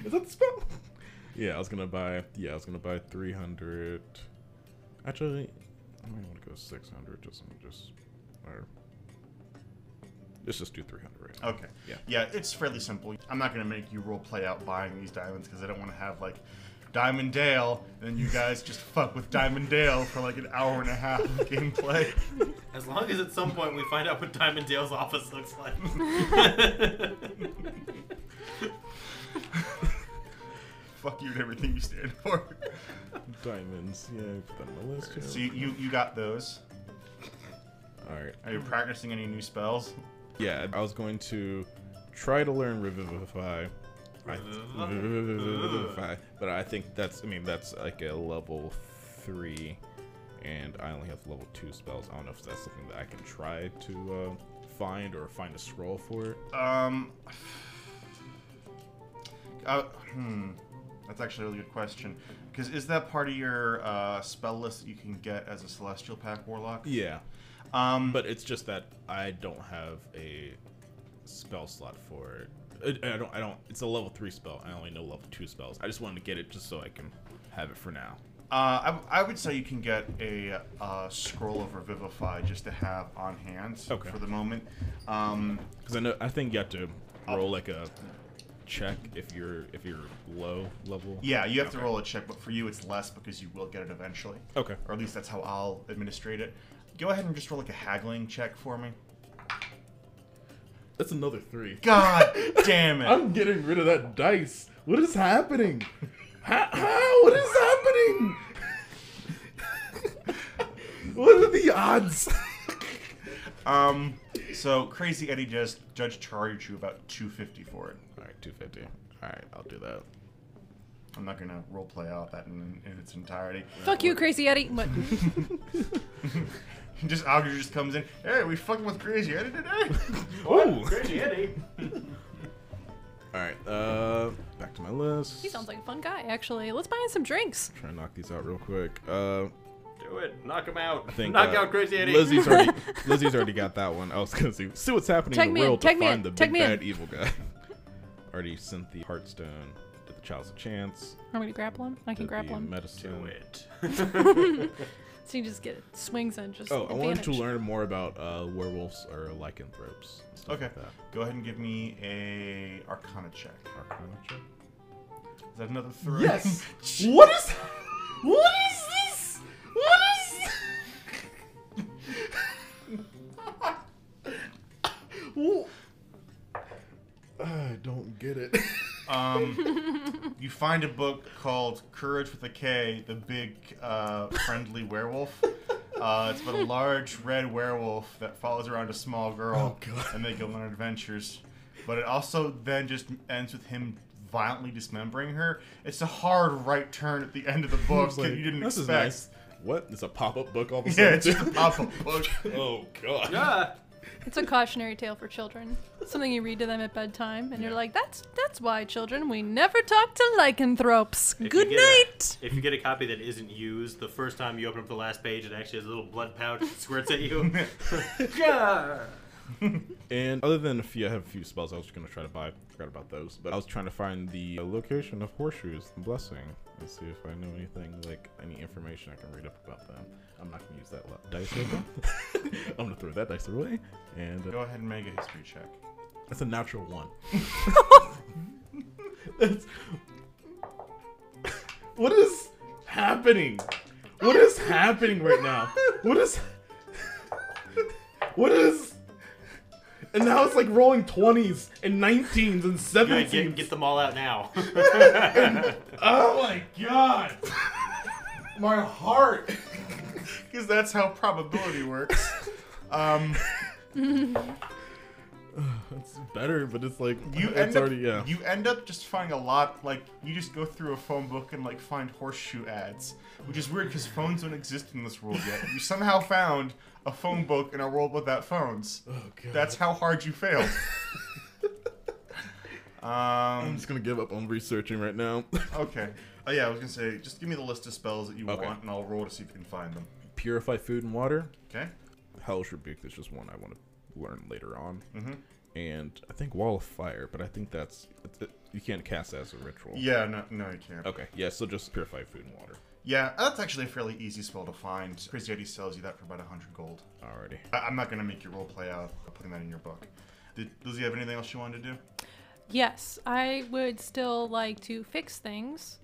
S5: Is that the spell? Yeah, I was gonna buy. Yeah, I was gonna buy three hundred. Actually, I might want to go six hundred. Just, just, or let's just do three hundred right now.
S2: Okay.
S5: Yeah.
S2: Yeah, it's fairly simple. I'm not gonna make you role play out buying these diamonds because I don't want to have like Diamond Dale, and then you guys just fuck with Diamond Dale for like an hour and a half of gameplay.
S4: As long as at some point we find out what Diamond Dale's office looks like.
S2: fuck you and everything you stand for.
S5: Diamonds. Yeah, put that on my list. Yeah.
S2: So you, you you got those.
S5: All right.
S2: Are you practicing any new spells?
S5: Yeah, I was going to try to learn revivify, Five. But I think that's. I mean, that's like a level three, and I only have level two spells. I don't know if that's something that I can try to uh, find or find a scroll for it.
S2: Um. uh, hmm. That's actually a really good question. Because is that part of your uh, spell list that you can get as a Celestial Pack Warlock?
S5: Yeah,
S2: Um,
S5: but it's just that I don't have a spell slot for it. I I don't. I don't. It's a level three spell. I only know level two spells. I just wanted to get it just so I can have it for now.
S2: uh, I, I would say you can get a uh, Scroll of Revivify just to have on hand
S5: Okay.
S2: for the moment. Um,
S5: Because I know. I think you have to roll like a check if you're if you're low level.
S2: yeah, you have to
S5: Okay.
S2: roll a check, but for you it's less because you will get it eventually.
S5: Okay.
S2: Or at least that's how I'll administrate it. Go ahead and just roll like a haggling check for me.
S5: That's another three.
S2: God damn it.
S5: I'm getting rid of that dice. What is happening? How, how? What is happening? what are the odds?
S2: Um, so Crazy Eddie just Judge charged you about two fifty for it.
S5: All right, 250. All right, I'll do that.
S2: I'm not gonna roleplay out that in, in its entirety.
S3: Fuck you, Crazy Eddie. What?
S2: just Augur just comes in. Hey, we fucking with Crazy Eddie today.
S5: Ooh.
S4: Crazy Eddie.
S5: All right, uh, back to my list.
S3: He sounds like a fun guy, actually. Let's buy him some drinks.
S5: Try and knock these out real quick. Uh,
S4: Do it. Knock him out.
S5: I think
S4: Knock
S5: uh,
S4: out Crazy Eddie.
S5: Lizzie's already Lizzie's already got that one. I was gonna see see what's happening
S3: Tag
S5: in the
S3: me in,
S5: world
S3: tag
S5: to
S3: me
S5: find
S3: in,
S5: the
S3: tag
S5: big
S3: me in.
S5: bad evil guy. already sent the Heartstone to the Child's of Chance.
S3: I'm gonna grapple him. I can
S5: did the uh,
S3: grapple him.
S5: Medicine.
S4: Do it.
S3: So you just get swings and just.
S5: Oh, I wanted to
S3: advantage.
S5: learn more about uh, werewolves or lycanthropes. and stuff
S2: okay,
S5: Like that.
S2: go ahead and give me a Arcana check.
S5: Arcana check?
S2: Is that another three?
S5: what is? What is this? What is? I don't get it.
S2: um, you find a book called Courage with a K: The Big uh, Friendly Werewolf. Uh, it's about a large red werewolf that follows around a small girl,
S5: Oh, God.
S2: and they go on adventures. But it also then just ends with him violently dismembering her. It's a hard right turn at the end of the book that you didn't
S5: this
S2: expect.
S5: is nice. What? It's a pop-up book all of a
S2: Yeah,
S5: sudden.
S2: it's just a
S5: too?
S2: pop-up book.
S5: oh god.
S4: Yeah.
S3: It's a cautionary tale for children. Something you read to them at bedtime, and you're like, "That's that's why, children, we never talk to lycanthropes.
S4: If you
S3: Good
S4: get a-
S3: night."
S4: if you get a copy that isn't used, the first time you open up the last page, it actually has a little blood pouch that squirts at you. yeah.
S5: And other than a few, I have a few spells I was gonna try to buy. Forgot about those. But I was trying to find the uh, location of horseshoes, the blessing, and see if I know anything, like any information I can read up about them. I'm not gonna use that lo- dice open. I'm gonna throw that dice away. And
S2: Go
S5: uh,
S2: ahead and make a history check.
S5: that's a natural one. what is happening? What is happening right now? What is? What is? And now it's like rolling twenties and nineteens and
S4: Good.
S5: seventeens.
S4: Get, get them all out now.
S5: oh my god! my heart.
S2: Because that's how probability works. Um,
S5: It's better, but it's like
S2: you
S5: it's
S2: end
S5: already
S2: up,
S5: yeah.
S2: you end up just finding a lot like you just go through a phone book and like find horseshoe ads, which is weird because phones don't exist in this world yet. You somehow found a phone book in a world without phones.
S5: oh god.
S2: That's how hard you failed.
S5: I'm
S2: um,
S5: just gonna give up on researching right now.
S2: okay. Oh yeah, I was gonna say, just give me the list of spells that you
S5: Okay.
S2: want, and I'll roll to see if you can find them.
S5: Purify food and water.
S2: Okay.
S5: Hell's Rebuke is just one I want to learn later on.
S2: Mhm.
S5: And I think Wall of Fire, but I think that's it's- it, you can't cast that as a ritual.
S2: Yeah. No. No, you can't.
S5: Okay. Yeah. So just purify food and water.
S2: Yeah, that's actually a fairly easy spell to find. Crazy Eddie sells you that for about 100 gold.
S5: Alrighty.
S2: I- I'm not going to make your role play out by putting that in your book. Did Lizzie have anything else she wanted to do?
S3: Yes, I would still like to fix things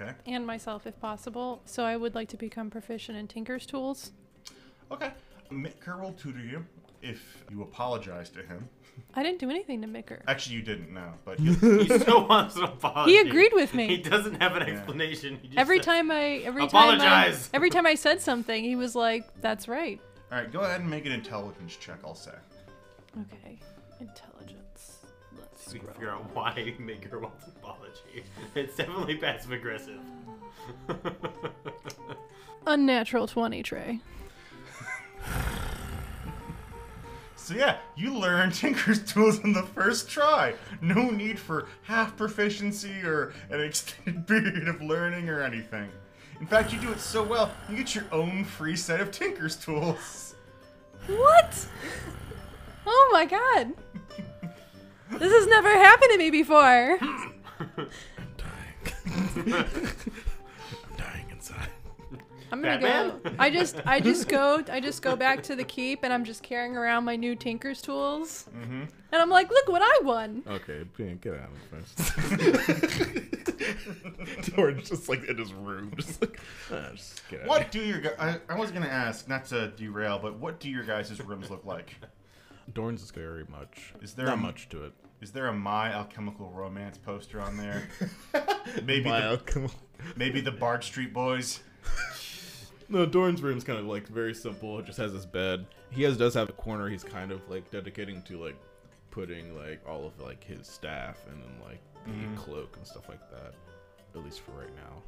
S2: Okay.
S3: and myself if possible. So I would like to become proficient in Tinker's tools.
S2: Okay. Micker will tutor you if you apologize to him.
S3: I didn't do anything to Micker.
S2: Actually, you didn't know, but he'll,
S4: he still wants an apology.
S3: He agreed with me.
S4: He doesn't have an explanation. He just
S3: Every
S4: says,
S3: time I every
S4: Apologize.
S3: time I, every time I said something, he was like, "That's right."
S2: all right, go ahead and make an intelligence check, I'll say.
S3: Okay, intelligence. Let's
S4: we can figure out why Maker wants apology. It's definitely passive aggressive.
S3: Unnatural 20, Trey.
S2: So yeah, you learn Tinker's Tools on the first try. No need for half proficiency or an extended period of learning or anything. In fact, you do it so well, you get your own free set of Tinker's Tools.
S3: What? Oh my god. This has never happened to me before.
S5: I'm dying inside.
S3: I'm gonna go.
S4: Batman?
S3: I just, I just go, I just go back to the keep, and I'm just carrying around my new Tinker's tools,
S4: Mm-hmm.
S3: and I'm like, look what I won.
S5: Okay, Ben, get out of it first. Dorn's just like in his room, just like, ah, just get out
S2: What do your gu- I, I was gonna ask, not to derail, but what do your guys' rooms look like?
S5: Dorn's is very much.
S2: Is there
S5: not
S2: a-
S5: much to it?
S2: Is there a My Alchemical Romance poster on there? Maybe
S5: My
S2: the,
S5: outcome-
S2: maybe the Bard Street Boys.
S5: No, Dorn's room's kind of like very simple. It just has his bed. He has does have a corner. He's kind of like dedicating to like putting like all of like his staff and then like the cloak and stuff like that. At least for right now,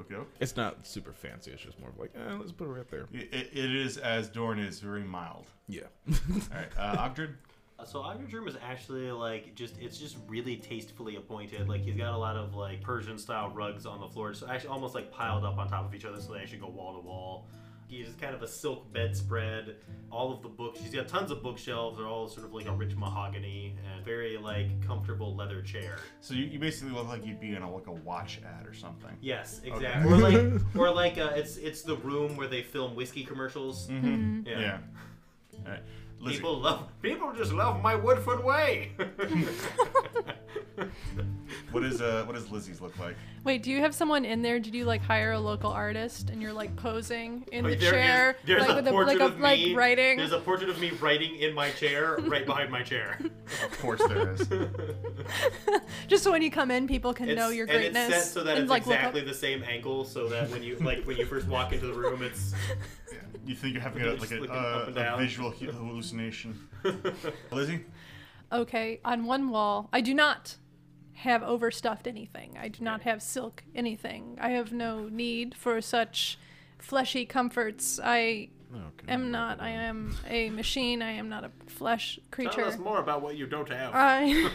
S2: Okay.
S5: it's not super fancy. It's just more of like, eh, let's put it right there.
S2: It, it- it is as Dorn is very mild.
S5: Yeah.
S2: All right, uh, Ogdred.
S4: Uh, So Ogden's room is actually like just it's just really tastefully appointed. Like he's got a lot of like Persian style rugs on the floor, so actually almost like piled up on top of each other, so they actually go wall to wall. He just kind of a silk bedspread. All of the books he's got tons of bookshelves. They're all sort of like a rich mahogany and very like comfortable leather chair.
S2: So you, you basically look like you'd be in a like a watch ad or something.
S4: Yes, exactly. Or like or like uh, it's it's the room where they film whiskey commercials. Mm-hmm.
S2: Yeah.
S4: yeah.
S2: All right. Lizzie.
S4: People love people just love my Woodford way.
S2: What is uh what does Lizzie's look like?
S3: Wait, do you have someone in there? Did you like hire a local artist and you're like posing in the
S4: Like, there is-
S3: chair,
S4: there's
S3: like
S4: a
S3: with a,
S4: portrait
S3: like a,
S4: of
S3: like
S4: me-
S3: writing?
S4: There's a portrait of me writing in my chair, right behind my chair.
S2: Of course there is.
S3: Just so when you come in, people can
S4: It's,
S3: know your
S4: and
S3: greatness.
S4: it's set so that
S3: and,
S4: it's
S3: like, look up-
S4: exactly the same angle, so that when you like when you first walk into the room, it's
S2: You think you're having a, like
S4: Just
S2: a,
S4: looking up and
S2: uh, a
S4: down.
S2: visual hu- hallucination? Lizzie.
S3: Okay, on one wall, I do not have overstuffed anything. I do not have silk anything. I have no need for such fleshy comforts. I
S5: Okay.
S3: am not. I am a machine. I am not a flesh creature.
S4: tell us more about what you don't have.
S3: I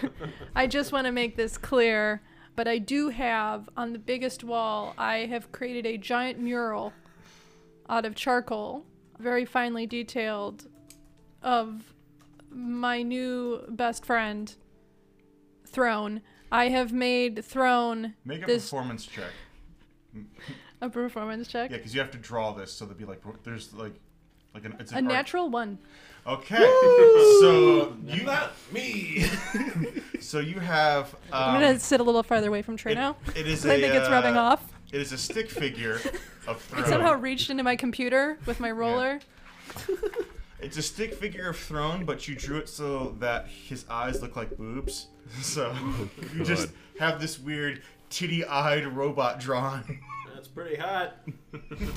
S3: I just want to make this clear, but I do have on the biggest wall, I have created a giant mural out of charcoal, very finely detailed of my new best friend Throne. I have made Throne
S2: Make a
S3: This-
S2: performance check.
S3: a performance check.
S2: Yeah, because you have to draw this, so there'd be like there's like like an it's
S3: A
S2: an art-
S3: natural one.
S2: Okay. So you
S5: me.
S2: so you have um,
S3: I'm gonna sit a little farther away from Trey now.
S2: it is a
S3: I think it's rubbing
S2: uh,
S3: off.
S2: It is a stick figure of Throne.
S3: Somehow reached into my computer with my roller.
S2: It's a stick figure of Throne, but you drew it so that his eyes look like boobs. So you just have this weird titty-eyed robot drawing.
S4: That's pretty hot. I'm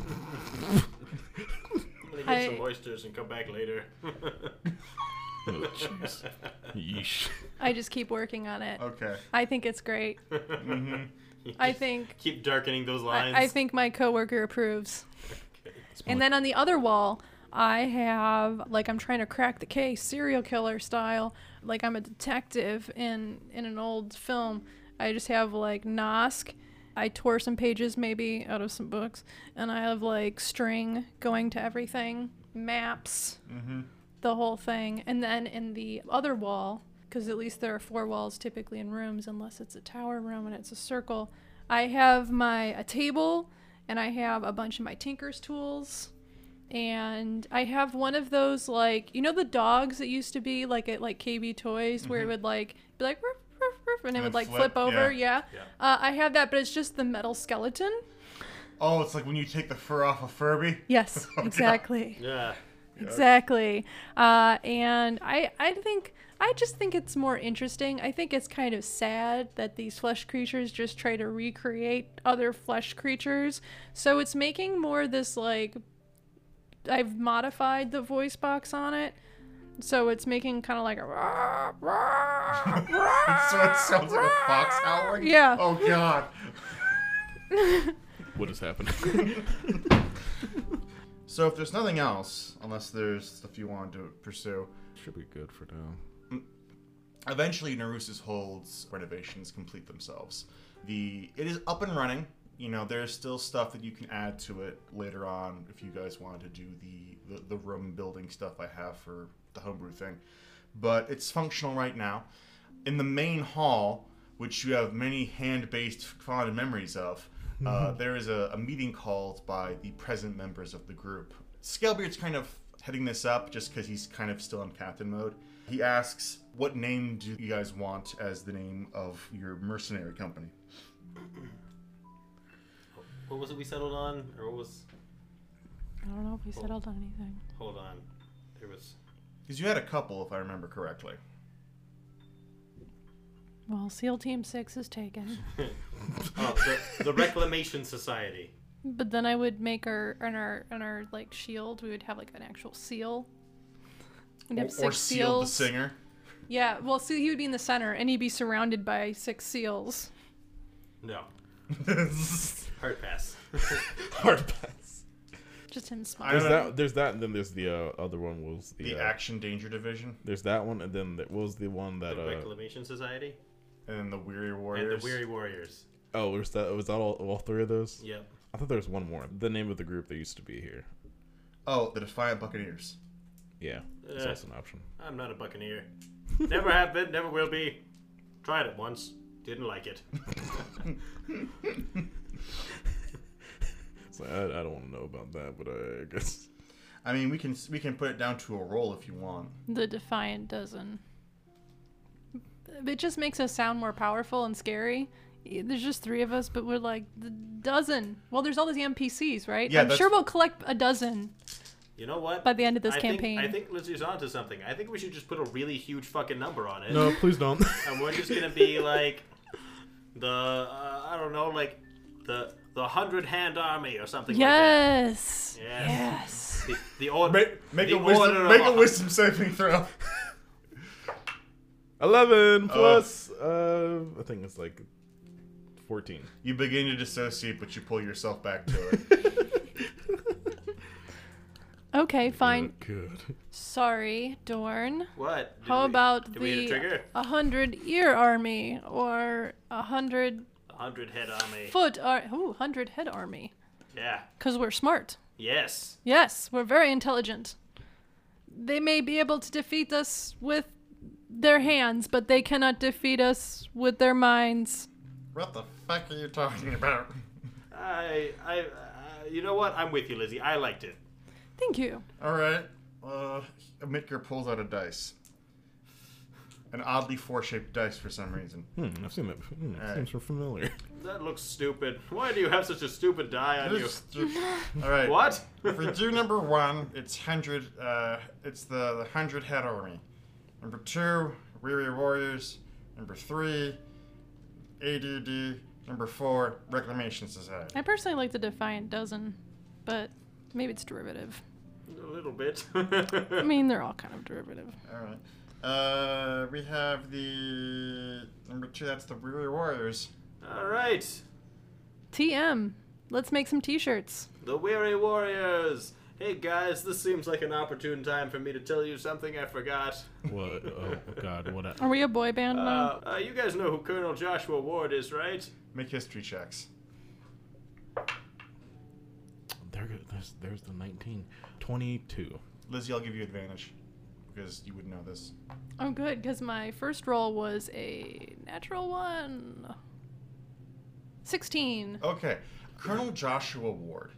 S4: gonna get
S3: I-
S4: some oysters and come back later.
S5: Oh, jeez. Yeesh.
S3: I just keep working on it.
S2: Okay.
S3: I think it's great. I think
S4: Keep darkening those lines.
S3: I, I think my coworker approves. And then on the other wall, I have like I'm trying to crack the case, serial killer style, like I'm a detective in in an old film. I just have like Nosk. I tore some pages maybe out of some books, and I have like string going to everything, maps, the whole thing. And then in the other wall, because at least there are four walls typically in rooms, unless it's a tower room and it's a circle. I have my a table, and I have a bunch of my tinker's tools, and I have one of those like you know the dogs that used to be like at like KB Toys where it would like be like "Ruff, ruff, ruff," Mm-hmm. and it
S2: And then
S3: would like
S2: flip,
S3: flip, over,
S2: yeah.
S3: yeah.
S4: Yeah.
S3: Uh, I have that, but it's just the metal skeleton.
S2: Oh, it's like when you take the fur off of Furby.
S3: Yes, exactly.
S4: Yeah.
S3: Exactly. Uh, and I, I think, I just think it's more interesting. I think it's kind of sad that these flesh creatures just try to recreate other flesh creatures. So it's making more this like, I've modified the voice box on it so it's making kind of like a rah, rah,
S2: so it sounds like a fox howling.
S3: Yeah.
S2: Oh god.
S5: What is happening?
S2: So if there's nothing else, unless there's stuff you want to pursue,
S5: Should be good for now.
S2: eventually Narusa's holds renovations complete themselves. The it is up and running. You know, there's still stuff that you can add to it later on if you guys wanted to do the the, the room building stuff I have for the homebrew thing. But it's functional right now. In the main hall, which you have many hand-based fond memories of, uh, there is a, a meeting called by the present members of the group. Scalebeard's kind of heading this up just because he's kind of still in captain mode. He asks, What name do you guys want as the name of your mercenary company?
S4: What was it we settled on? Or what was.
S3: I don't know if we settled on anything.
S4: Hold on. There was.
S2: Because you had a couple, if I remember correctly.
S3: Well, SEAL Team Six is taken,
S4: Oh, the, the Reclamation Society.
S3: but then I would make our on our on our like shield. We would have like an actual seal. We'd have six
S2: or Seal the
S3: seals.
S2: Singer.
S3: Yeah, well, see, he would be in the center, and he'd be surrounded by six seals.
S4: No. Hard pass.
S5: Hard pass.
S3: Just him
S2: I
S3: smiling.
S5: There's
S2: don't know.
S5: that. There's that, and then there's the uh, other one. Was the,
S2: The
S5: uh,
S2: Action Danger Division.
S5: There's that one, and then what was the one that?
S4: The
S5: Uh,
S4: Reclamation Society?
S2: And then the Weary
S4: And
S2: Warriors.
S4: the Weary Warriors.
S5: oh, was that? Was that all, all three of those?
S4: Yep.
S5: I thought there was one more. The name of the group that used to be here.
S2: Oh, the Defiant Buccaneers.
S5: Yeah, that's
S4: Uh.
S5: also an option.
S4: I'm not a buccaneer. never have been, never will be. Tried it once. Didn't like it.
S5: So I, I don't want to know about that, but I, guess
S2: I mean, we can we can put it down to a roll if you want.
S3: The Defiant doesn't. It just makes us sound more powerful and scary. Y- There's just three of us, but we're like the dozen. Well, there's all these NPCs, right?
S2: Yeah,
S3: I'm
S2: that's-
S3: sure we'll collect a dozen.
S4: You know what?
S3: By the end of this
S4: I
S3: campaign.
S4: Think, I think Lizzie's onto something. I think we should just put a really huge fucking number on it.
S5: no, please don't.
S4: And we're just gonna be like the uh, I don't know, like the the hundred hand army or something
S3: Yes.
S4: like that. Yeah.
S3: Yes.
S4: The, the order.
S2: Make, make,
S4: the
S2: a, wisdom,
S4: order
S2: make a
S4: of-
S2: wisdom saving throw.
S5: Eleven plus. Uh, I think it's like fourteen.
S2: You begin to dissociate, but you pull yourself back to it.
S3: Okay, fine.
S5: Good.
S3: Sorry, Dorn.
S4: What? Did
S3: How
S4: we-
S3: about
S4: did we hit a
S3: the
S4: trigger?
S3: a hundred ear army or a hundred
S4: A hundred head army.
S3: foot ar- ooh, hundred head army?
S4: Yeah.
S3: Because we're smart.
S4: Yes.
S3: Yes, we're very intelligent. They may be able to defeat us with their hands, but they cannot defeat us with their minds.
S2: what the fuck are you talking about?
S4: I I uh, you know what? I'm with you, Lizzie. I liked it.
S3: Thank you.
S2: All right. Uh, Mitker pulls out a dice. An oddly four-shaped dice for some reason.
S5: Hmm, I've seen that. before. Hmm,
S2: Alright.
S5: Seems familiar.
S4: That looks stupid. Why do you have such a stupid die on you?
S2: This- All right.
S4: What?
S2: For do number one, it's hundred. Uh, it's the, the hundred head army. Number two, weary warriors. Number three, ADD. Number four, reclamation society.
S3: I personally like the Defiant Dozen, but maybe it's derivative.
S4: a little bit.
S3: I mean, they're all kind of derivative.
S2: All right. Uh, we have the number two. That's the weary warriors.
S4: All right.
S3: TM, let's make some t shirts.
S4: The Weary Warriors! Hey guys, this seems like an opportune time for me to tell you something I forgot.
S5: what? Oh God! What?
S3: Are we a boy band now?
S4: Uh, uh, you guys know who Colonel Joshua Ward is, right?
S2: Make history checks.
S5: There, go- there's, there's the 19. 22.
S2: Lizzie, I'll give you advantage because you would know this.
S3: Oh, good, because my first roll was a natural one 16.
S2: Okay. Colonel Joshua Ward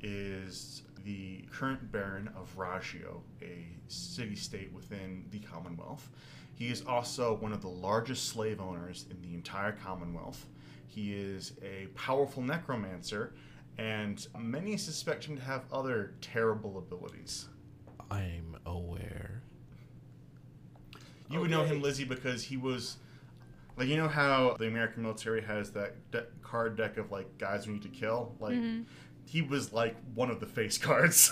S2: is the current Baron of Raggio, a city state within the Commonwealth. He is also one of the largest slave owners in the entire Commonwealth. He is a powerful necromancer, and many suspect him to have other terrible abilities.
S5: I'm aware.
S2: You would
S3: Oh,
S2: know him,
S4: Okay.
S2: Lizzie, because he was. Like, you know how the American military has that de- card deck of, like, guys we
S3: Mm-hmm.
S2: need to kill? Like, he was, like, one of the face cards.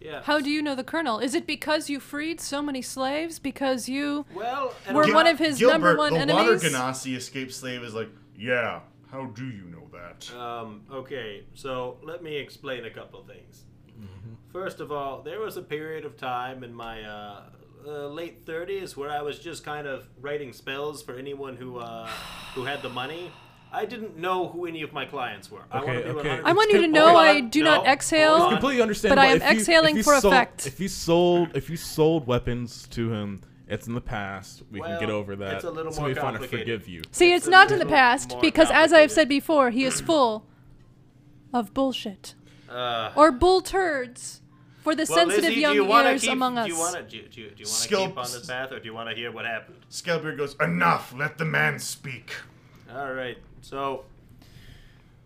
S4: Yeah.
S3: How do you know the colonel? Is it because you freed so many slaves? Because you.
S4: well, and
S3: We're
S4: I'm
S2: Gil-
S3: one
S4: not-
S3: of his
S2: Gilbert,
S3: number one
S2: the
S3: enemies.
S2: water ganassi escaped slave, is like, yeah. How do you know that?
S4: Um, okay, so let me explain a couple of things.
S5: Mm-hmm.
S4: First of all, there was a period of time in my uh, uh, late 30s where I was just kind of writing spells for anyone who uh, who had the money. I didn't know who any of my clients were. I want
S5: Okay,
S4: to be
S5: okay.
S4: 100
S3: I want you to
S5: Hold
S3: know
S5: on,
S3: I do
S4: no,
S3: not exhale.
S4: hold on.
S5: completely understand.
S3: But
S5: why
S3: I am
S5: if you- if
S3: exhaling
S5: you
S3: for
S5: sold-
S3: effect.
S5: If you sold, if you sold weapons to him, it's in the past. We
S4: Well,
S5: can get over that.
S4: it's a little
S5: so
S4: more
S5: we wanna
S4: complicated.
S5: forgive you.
S3: See, it's
S4: It's a
S3: not in the
S4: little
S3: past
S4: more
S3: because, as I've
S4: complicated.
S3: said before, he is full of bullshit
S4: Uh,
S3: or bull turds for the
S4: well,
S3: sensitive
S4: Lizzie,
S3: young
S4: do you wanna
S3: ears
S4: keep,
S3: among us.
S4: Do you want to do, you- do, you- do you want to
S2: Skill-
S4: keep on this path, or do you want to hear what happened?
S2: Scalbeard goes, Enough, let the man speak.
S4: All right. So,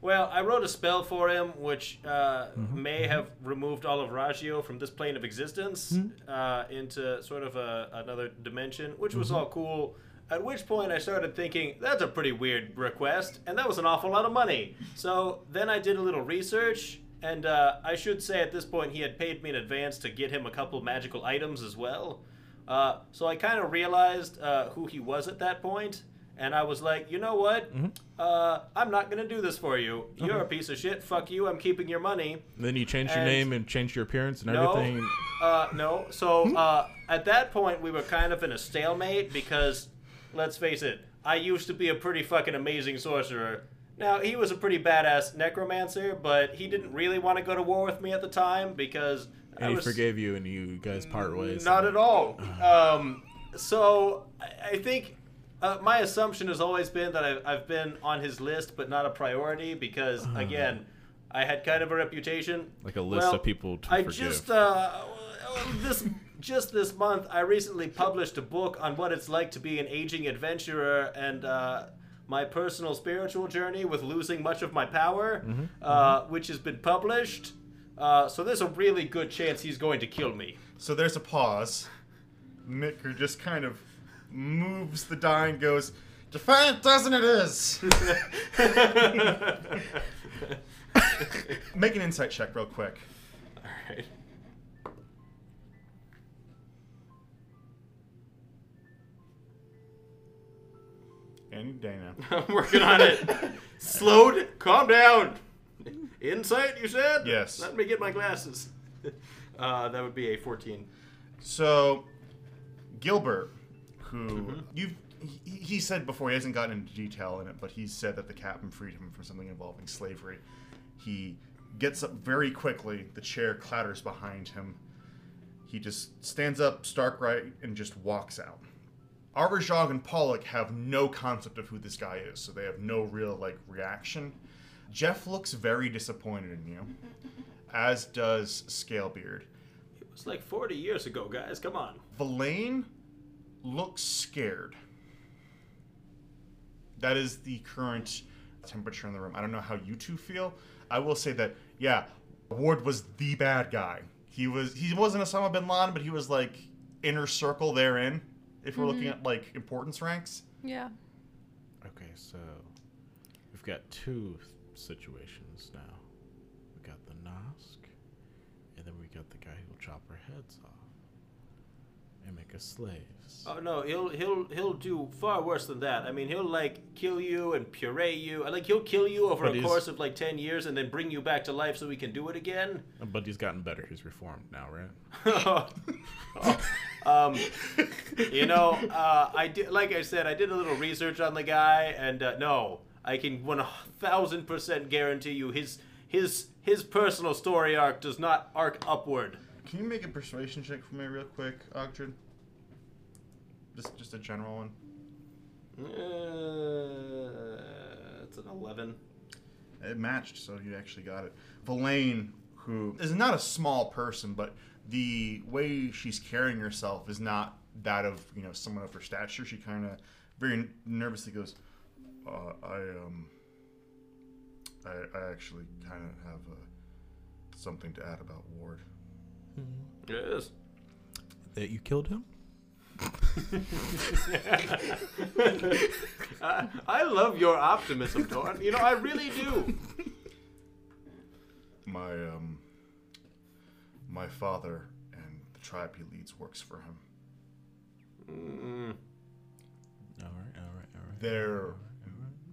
S4: well, I wrote a spell for him, which uh, may have removed all of Raggio from this plane of existence uh, into sort of a, another dimension, which was all cool. At which point, I started thinking that's a pretty weird request, and that was an awful lot of money. So then I did a little research. And uh, I should say at this point, he had paid me in advance to get him a couple magical items as well. Uh, so I kind of realized uh, who he was at that point, and I was like, you know what?
S5: Mm-hmm.
S4: Uh, I'm not gonna do this for you. You're a piece of shit. Fuck you. I'm keeping your money.
S5: And then you change your
S4: And-
S5: name and change your appearance and
S4: No.
S5: everything. Hmm?
S4: Uh, no. So uh, at that point, we were kind of in a stalemate because, let's face it, I used to be a pretty fucking amazing sorcerer. Now he was a pretty badass necromancer, but he didn't really want to go to war with me at the time because I
S5: And he
S4: was
S5: forgave you, and you guys part ways.
S4: Not at all. Um, so I, I think uh, my assumption has always been that I've, I've been on his list, but not a priority because, again, I had kind of a reputation.
S5: Uh. Like a list
S4: Well,
S5: of people to
S4: I
S5: forgive.
S4: just uh, this just this month I recently published a book on what it's like to be an aging adventurer and. Uh, my personal spiritual journey with losing much of my power,
S5: Mm-hmm.
S4: uh, which has been published. Uh, so there's a really good chance he's going to kill me.
S2: So there's a pause. Mitker just kind of moves the die and goes, Defiant doesn't it is? Make an insight check real quick.
S4: Alright.
S2: Any day now.
S4: I'm working on it. Slowed. Calm down. Insight, you said?
S2: Yes.
S4: Let me get my glasses. Uh, that would be a 14.
S2: So, Gilbert, who you've he, he said before he hasn't gotten into detail in it, but he said that the captain freed him from something involving slavery. He gets up very quickly. The chair clatters behind him. He just stands up stark right and just walks out. Arbajog and Pollock have no concept of who this guy is, so they have no real like reaction. Jeff looks very disappointed in you, as does Scalebeard.
S4: It was like 40 years ago, guys. Come on.
S2: Villain looks scared. That is the current temperature in the room. I don't know how you two feel. I will say that, yeah, Ward was the bad guy. He was he wasn't Osama bin Laden, but he was like inner circle therein. If we're looking at like importance ranks.
S4: Uh,
S3: yeah.
S5: Okay, so we've got two situations now. We got the Nosk, and then we got the guy who'll chop our heads off and make us slaves.
S4: Oh no, he'll he'll he'll do far worse than that. I mean, he'll like kill you and puree you. Uh, Like he'll kill you over
S5: But
S4: a
S5: he's-
S4: course of like 10 years and then bring you back to life so we can do it again.
S5: But he's gotten better. He's reformed now, right?
S4: um, you know, uh, I did, like I said, I did a little research on the guy, and uh, no, I can one thousand percent guarantee you his his his personal story arc does not arc upward.
S2: Can you make a persuasion check for me real quick, Ogden? Just just a general one.
S4: Uh, it's an eleven.
S2: It matched, so you actually got it. Villain, who is not a small person, but the way she's carrying herself is not that of you know someone of her stature. She kind of very nervously goes, uh, "I um, I, I actually kind of have uh, something to add about Ward."
S4: Yes.
S5: That you killed him?
S4: I, Uh, I love your optimism, Dorn. You know, I really do.
S2: My um, my father and the tribe he leads works for him.
S4: Mm.
S5: All right, all right, all right.
S2: They're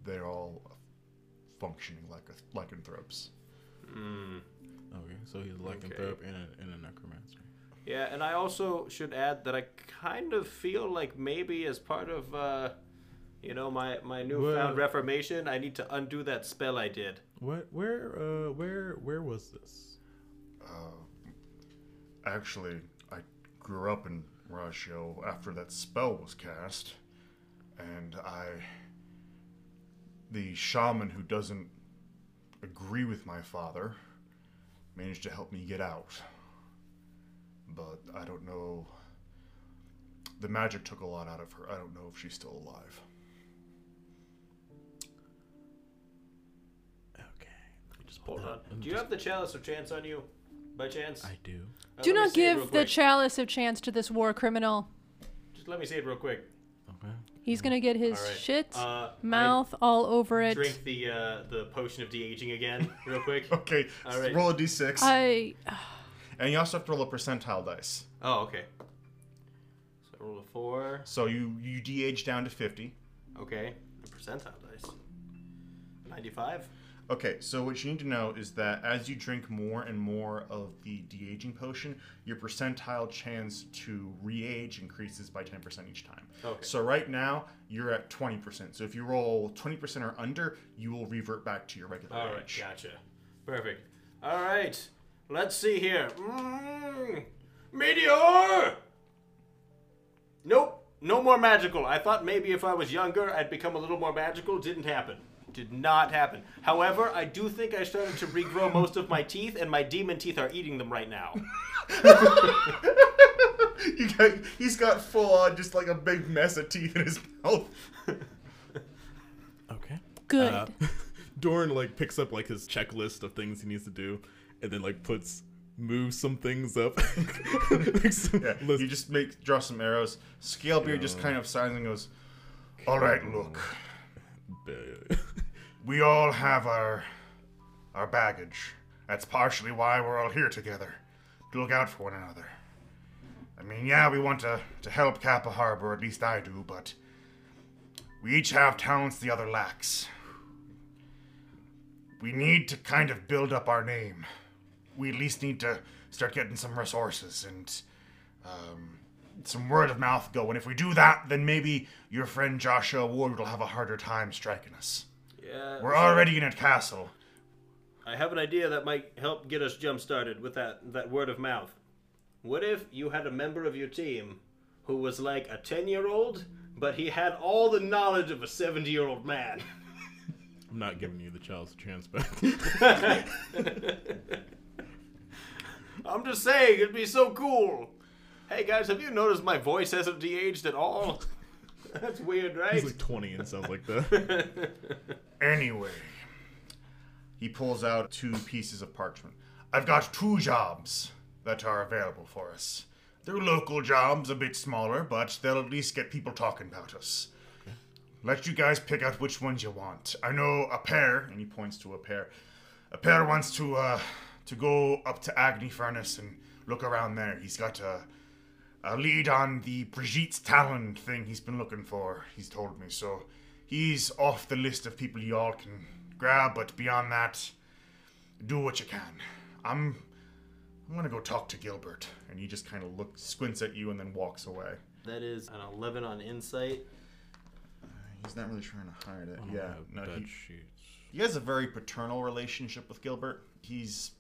S2: they're all functioning like a, lycanthropes.
S4: Mm.
S5: Okay, so he's a lycanthrope and, a, and a necromancer.
S4: Yeah, and I also should add that I kind of feel like maybe as part of, uh, you know, my my newfound
S5: Well-
S4: reformation, I need to undo that spell I did.
S5: What? Where? Uh, where? Where was this?
S2: Actually, I grew up in Ratio after that spell was cast, and I. The shaman who doesn't agree with my father managed to help me get out. But I don't know. The magic took a lot out of her. I don't know if she's still alive.
S5: Okay,
S4: Just hold on. Do you have the chalice of chance on you, by chance?
S5: I do.
S4: Uh,
S3: Do
S4: let me
S3: not
S4: see it real
S3: give the
S4: quick.
S3: chalice of chance to this war criminal.
S4: Just let me see it real quick.
S5: Okay.
S3: He's gonna get his
S4: Mm. All right.
S3: shit
S4: Uh, I
S3: mouth all over it.
S4: Drink the uh, the potion of de aging again, real quick.
S2: Okay,
S4: All right.
S2: roll a d6.
S3: I uh,
S2: and you also have to roll a percentile dice.
S4: oh, okay. So I roll a four.
S2: So you, you de age down to 50.
S4: Okay, a percentile dice. Ninety-five.
S2: Okay, so what you need to know is that as you drink more and more of the de aging potion, your percentile chance to re age increases by 10% each time.
S4: Okay.
S2: So right now, you're at 20%. So if you roll 20% or under, you will revert back to your regular
S4: All right,
S2: age.
S4: gotcha. Perfect. All right, let's see here. Mm, meteor. Nope, no more magical. I thought maybe if I was younger, I'd become a little more magical. Didn't happen. Did not happen. However, I do think I started to regrow most of my teeth, and my demon teeth are eating them right now.
S2: You got, he's got full on just like a big mess of teeth in his mouth.
S5: Okay.
S3: good.
S5: Uh, Dorn like picks up like his checklist of things he needs to do, and then like puts moves some things up. Makes some
S2: Yeah,
S5: list.
S2: you just make draw some arrows. Scalebeard just kind of sighs and goes, All right, look. we all have our our baggage. That's partially why we're all here together. To look out for one another. I mean, yeah, we want to, to help Kappa Harbor, at least I do, but we each have talents the other lacks. We need to kind of build up our name. We at least need to start getting some resources and um, some word of mouth going. If we do that, then maybe your friend Joshua Ward will have a harder time striking us.
S4: Yeah.
S2: We're already in a castle.
S4: I have an idea that might help get us jump started with that, that word of mouth. What if you had a member of your team who was like a 10 year old, but he had all the knowledge of a 70 year old man?
S5: I'm not giving you the child's chance back.
S4: I'm just saying, it'd be so cool. Hey guys, have you noticed my voice hasn't de aged at all? That's weird, right?
S5: He's like 20 and sounds like that.
S2: Anyway, he pulls out two pieces of parchment. I've got two jobs that are available for us. They're local jobs, a bit smaller, but they'll at least get people talking about us. Let you guys pick out which ones you want. I know a pair, and he points to a pair. A pair wants to uh, to go up to Agni Furnace and look around there. He's got a a lead on the Brigitte's Talon thing he's been looking for, he's told me, so he's off the list of people y'all can grab, but beyond that, do what you can. I'm I'm gonna go talk to Gilbert. And he just kinda looks squints at you and then walks away.
S4: That is an 11 on insight.
S2: He's not really trying to hide it. Yeah. No,
S5: Bed
S2: he,
S5: sheets.
S2: he has a very paternal relationship with Gilbert. He's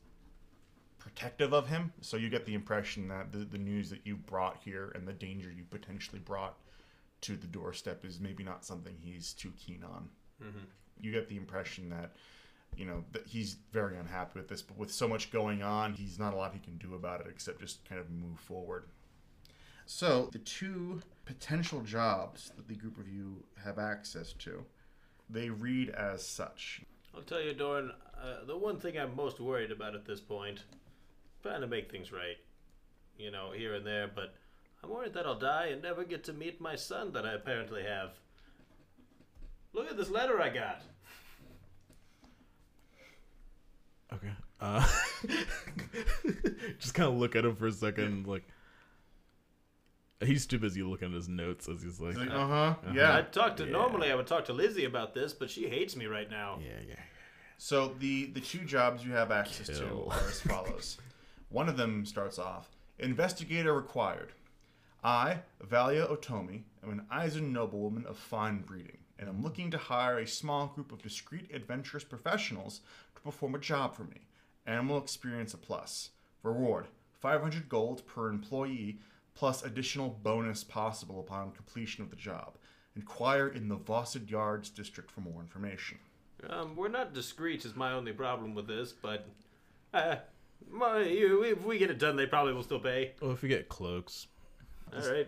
S2: protective of him, so you get the impression that the, the news that you brought here and the danger you potentially brought to the doorstep is maybe not something he's too keen on. You get the impression that you know that he's very unhappy with this, but with so much going on, he's not a lot he can do about it except just kind of move forward. So the two potential jobs that the group of you have access to, they read as such.
S4: I'll tell you, Doran, uh, the one thing I'm most worried about at this point, trying to make things right, you know, here and there, but I'm worried that I'll die and never get to meet my son that I apparently have. Look at this letter I got.
S5: Okay. Uh, just kind of look at him for a second, like he's too busy looking at his notes as he's like,
S2: He's like, uh huh. Yeah.
S4: I talked to normally I would talk to Lizzie about this, but she hates me right now.
S5: yeah, yeah.
S2: So the the two jobs you have access
S5: Kill.
S2: to are as follows. One of them starts off investigator required. I, Valia Otomi, am an Eisen noblewoman of fine breeding, and am looking to hire a small group of discreet adventurous professionals to perform a job for me. Animal experience a plus. Reward 500 gold per employee, plus additional bonus possible upon completion of the job. Inquire in the Vossed Yards district for more information.
S4: Um, we're not discreet is my only problem with this, but uh, my, you, if we get it done, they probably will still pay.
S5: Oh, if we get cloaks,
S4: All right.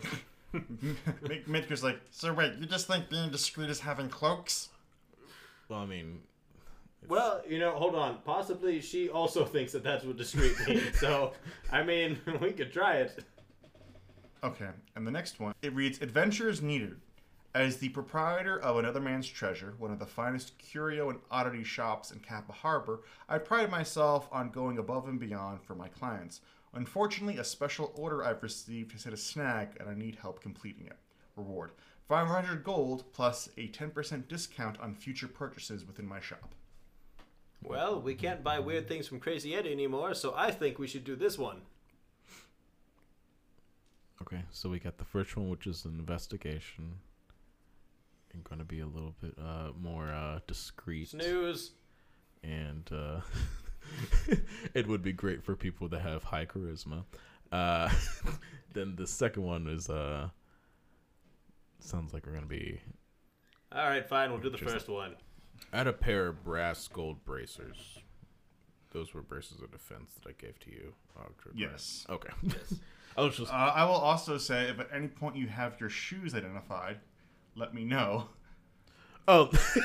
S2: Mid- Midgar's like, so wait, you just think being discreet is having cloaks?
S5: well, I mean,
S4: Well, you know, hold on. Possibly she also thinks that that's what discreet means. So, I mean, we could try it.
S2: Okay, and the next one it reads, "Adventure is needed." As the proprietor of another man's treasure, one of the finest curio and oddity shops in Kappa Harbor, I pride myself on going above and beyond for my clients. Unfortunately, a special order I've received has hit a snag, and I need help completing it. Reward: 500 gold plus a 10% discount on future purchases within my shop.
S4: Well, we can't buy weird things from Crazy Eddie anymore, so I think we should do this one.
S5: okay. So we got the first one, which is an investigation. And gonna be a little bit uh more uh discreet.
S4: Snooze.
S5: and uh, it would be great for people that have high charisma. Uh, then the second one is uh, sounds like we're gonna be.
S4: All right, fine. We'll do the first one.
S5: I had a pair of brass gold bracers. Those were bracers of defense that I gave to you, Ogdred. right?
S2: Yes.
S5: Okay. Yes. I was just.
S2: Uh, I will also say, if at any point you have your shoes identified, let me know.
S5: Oh,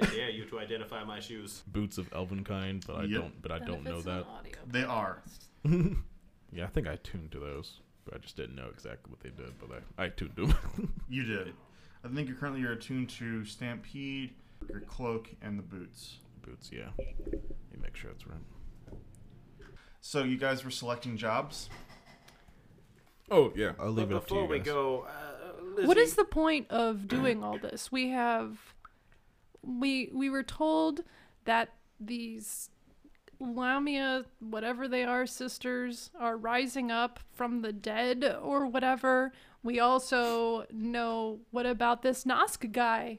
S4: I dare you to identify my shoes.
S5: boots of elven kind, but I
S2: Yep.
S5: don't. But I don't know that.
S2: They are.
S5: Yeah, I think I tuned to those, but I just didn't know exactly what they did. But I, I tuned them.
S2: You did. I think you're currently you're attuned to Stampede, your cloak, and the boots.
S5: Boots. Yeah. You make sure it's right.
S2: So you guys were selecting jobs.
S5: Oh yeah,
S4: But
S5: I'll leave it up to you
S4: before we
S5: guys.
S4: go, uh, Lizzie,
S3: What is the point of doing all this? We have we we were told that these Lamia, whatever they are, sisters are rising up from the dead or whatever. We also know what about this Nask guy?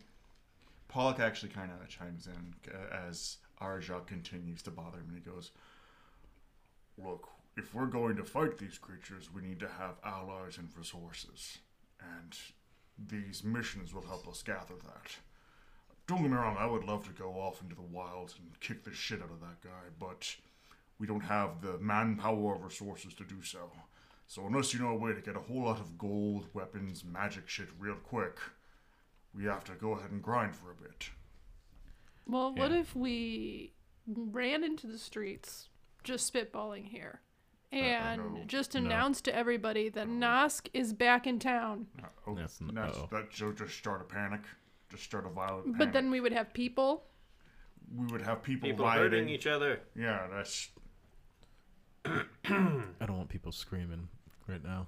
S2: Pollock actually kind of chimes in uh, as Arjak continues to bother him, and he goes, "Look, if we're going to fight these creatures, we need to have allies and resources, and these missions will help us gather that." Don't get me wrong, I would love to go off into the wilds and kick the shit out of that guy, but we don't have the manpower or resources to do so. So unless you know a way to get a whole lot of gold, weapons, magic shit real quick, we have to go ahead and grind for a bit.
S3: Well, what
S5: Yeah.
S3: if we ran into the streets, just spitballing here,
S5: Uh,
S3: and
S2: no.
S3: just announced to everybody that Nask is back in town?
S2: Oh,
S5: That's n-
S2: that's,
S5: uh-oh.
S2: that should just start a panic, just start a violent.
S3: But
S2: panic.
S3: then we would have people.
S2: we would have people,
S4: people
S2: rioting.
S4: hurting each other?
S2: yeah, that's
S5: I don't want people screaming right now.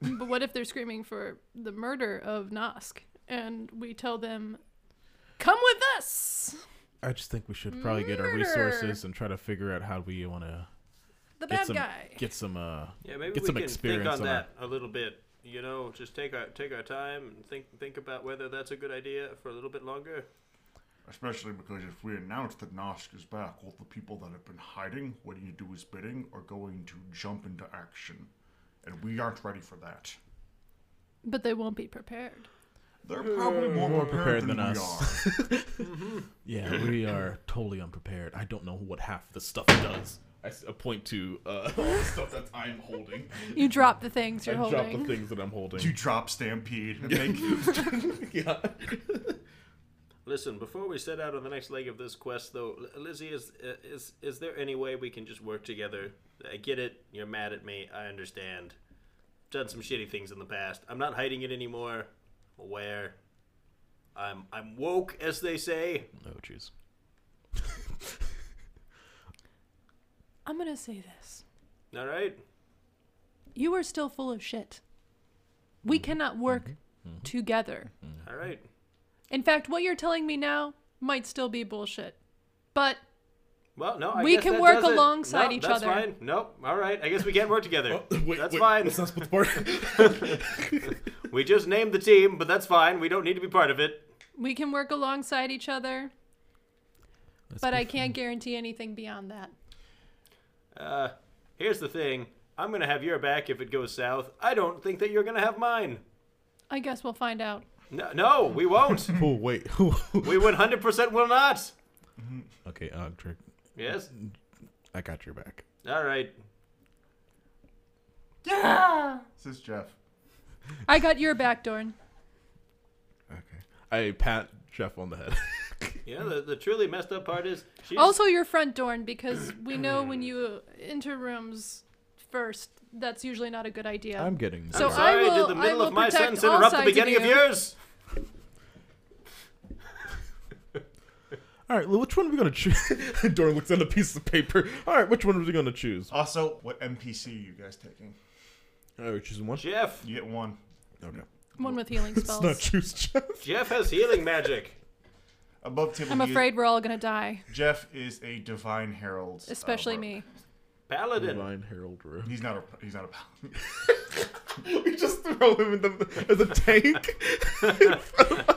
S3: But what if they're screaming for the murder of Nosk and we tell them, come with us?
S5: I just think we should probably get our
S3: Murder.
S5: resources and try to figure out how we want to
S3: The
S5: get
S3: bad
S5: some
S3: guy.
S5: get some uh
S4: Yeah, maybe
S5: get
S4: we
S5: some
S4: can think
S5: experience
S4: on
S5: on
S4: that a little bit. You know, just take our take our time and think think about whether that's a good idea for a little bit longer.
S2: especially because if we announce that Nosk is back, all the people that have been hiding, waiting to do his bidding, are going to jump into action, and we aren't ready for that.
S3: But they won't be prepared.
S2: They're
S4: Hmm.
S2: probably more,
S5: more
S2: prepared,
S5: prepared than
S2: than,
S5: us.
S2: we are.
S5: Yeah, we are totally unprepared. I don't know what half the stuff does. I s- I point to uh all the stuff that I'm holding.
S3: You drop the things you're
S5: I
S3: holding.
S5: drop the things that I'm holding.
S2: you drop Stampede and make
S5: yeah.
S4: Listen, before we set out on the next leg of this quest, though, Li- Lizzie, is uh, is is there any way we can just work together? I get it. You're mad at me. I understand. Done some shitty things in the past. I'm not hiding it anymore. I'm aware. I'm I'm woke, as they say.
S5: Oh jeez.
S3: I'm gonna say this.
S4: All right.
S3: You are still full of shit. We
S5: Mm-hmm.
S3: cannot work together.
S4: All right.
S5: Mm-hmm.
S3: In fact, what you're telling me now might still be bullshit. But
S4: Well, no, I
S3: We
S4: guess
S3: can
S4: that
S3: work
S4: does it.
S3: alongside
S4: Nope,
S3: each
S4: that's
S3: other.
S4: Fine. Nope. All right. I guess we can't work together.
S5: Wait,
S4: that's
S5: wait,
S4: fine.
S5: Let's not split the party.
S4: We just named the team, but that's fine. We don't need to be part of it.
S3: we can work alongside each other.
S7: Let's
S3: But
S7: be
S3: I can't guarantee anything beyond that.
S4: Uh, here's the thing. I'm gonna have your back if it goes south. I don't think that you're gonna have mine.
S3: I guess we'll find out.
S4: No, no we won't.
S5: oh wait.
S4: we 100% will not.
S7: Okay, Ogdrick,
S4: Yes.
S5: uh, I got your back.
S4: All right.
S2: This is Jeff.
S3: I got your back, Dorn.
S5: Okay. I pat Jeff on the head.
S4: Yeah. The, the truly messed up part is she's
S3: Also, your front Dorn, because we know when you enter rooms first, that's usually not a good idea.
S7: I'm getting
S3: So
S7: there.
S3: I
S4: sorry.
S3: will-
S4: did the
S3: I
S4: middle
S3: will
S4: of my
S3: protect
S4: sentence
S3: all
S4: interrupt the
S3: sides of
S4: beginning of
S3: you.
S4: yours?
S5: All right, well, which one are we gonna choose? Doran looks at a piece of paper. All right, which one are we gonna choose?
S2: Also, what NPC are you guys taking?
S5: All right, we're choosing one.
S4: Jeff.
S2: You get one.
S5: Okay.
S3: One with healing
S5: Let's not
S3: spells.
S5: choose Jeff.
S4: Jeff has healing magic.
S2: Above table.
S3: I'm
S2: use-
S3: afraid we're all gonna die,
S2: Jeff is a divine herald. uh,
S3: especially
S2: rogue.
S3: me.
S4: Paladin.
S5: Divine Herald Room.
S2: He's not a. He's not a paladin.
S5: We just throw him in the as a tank.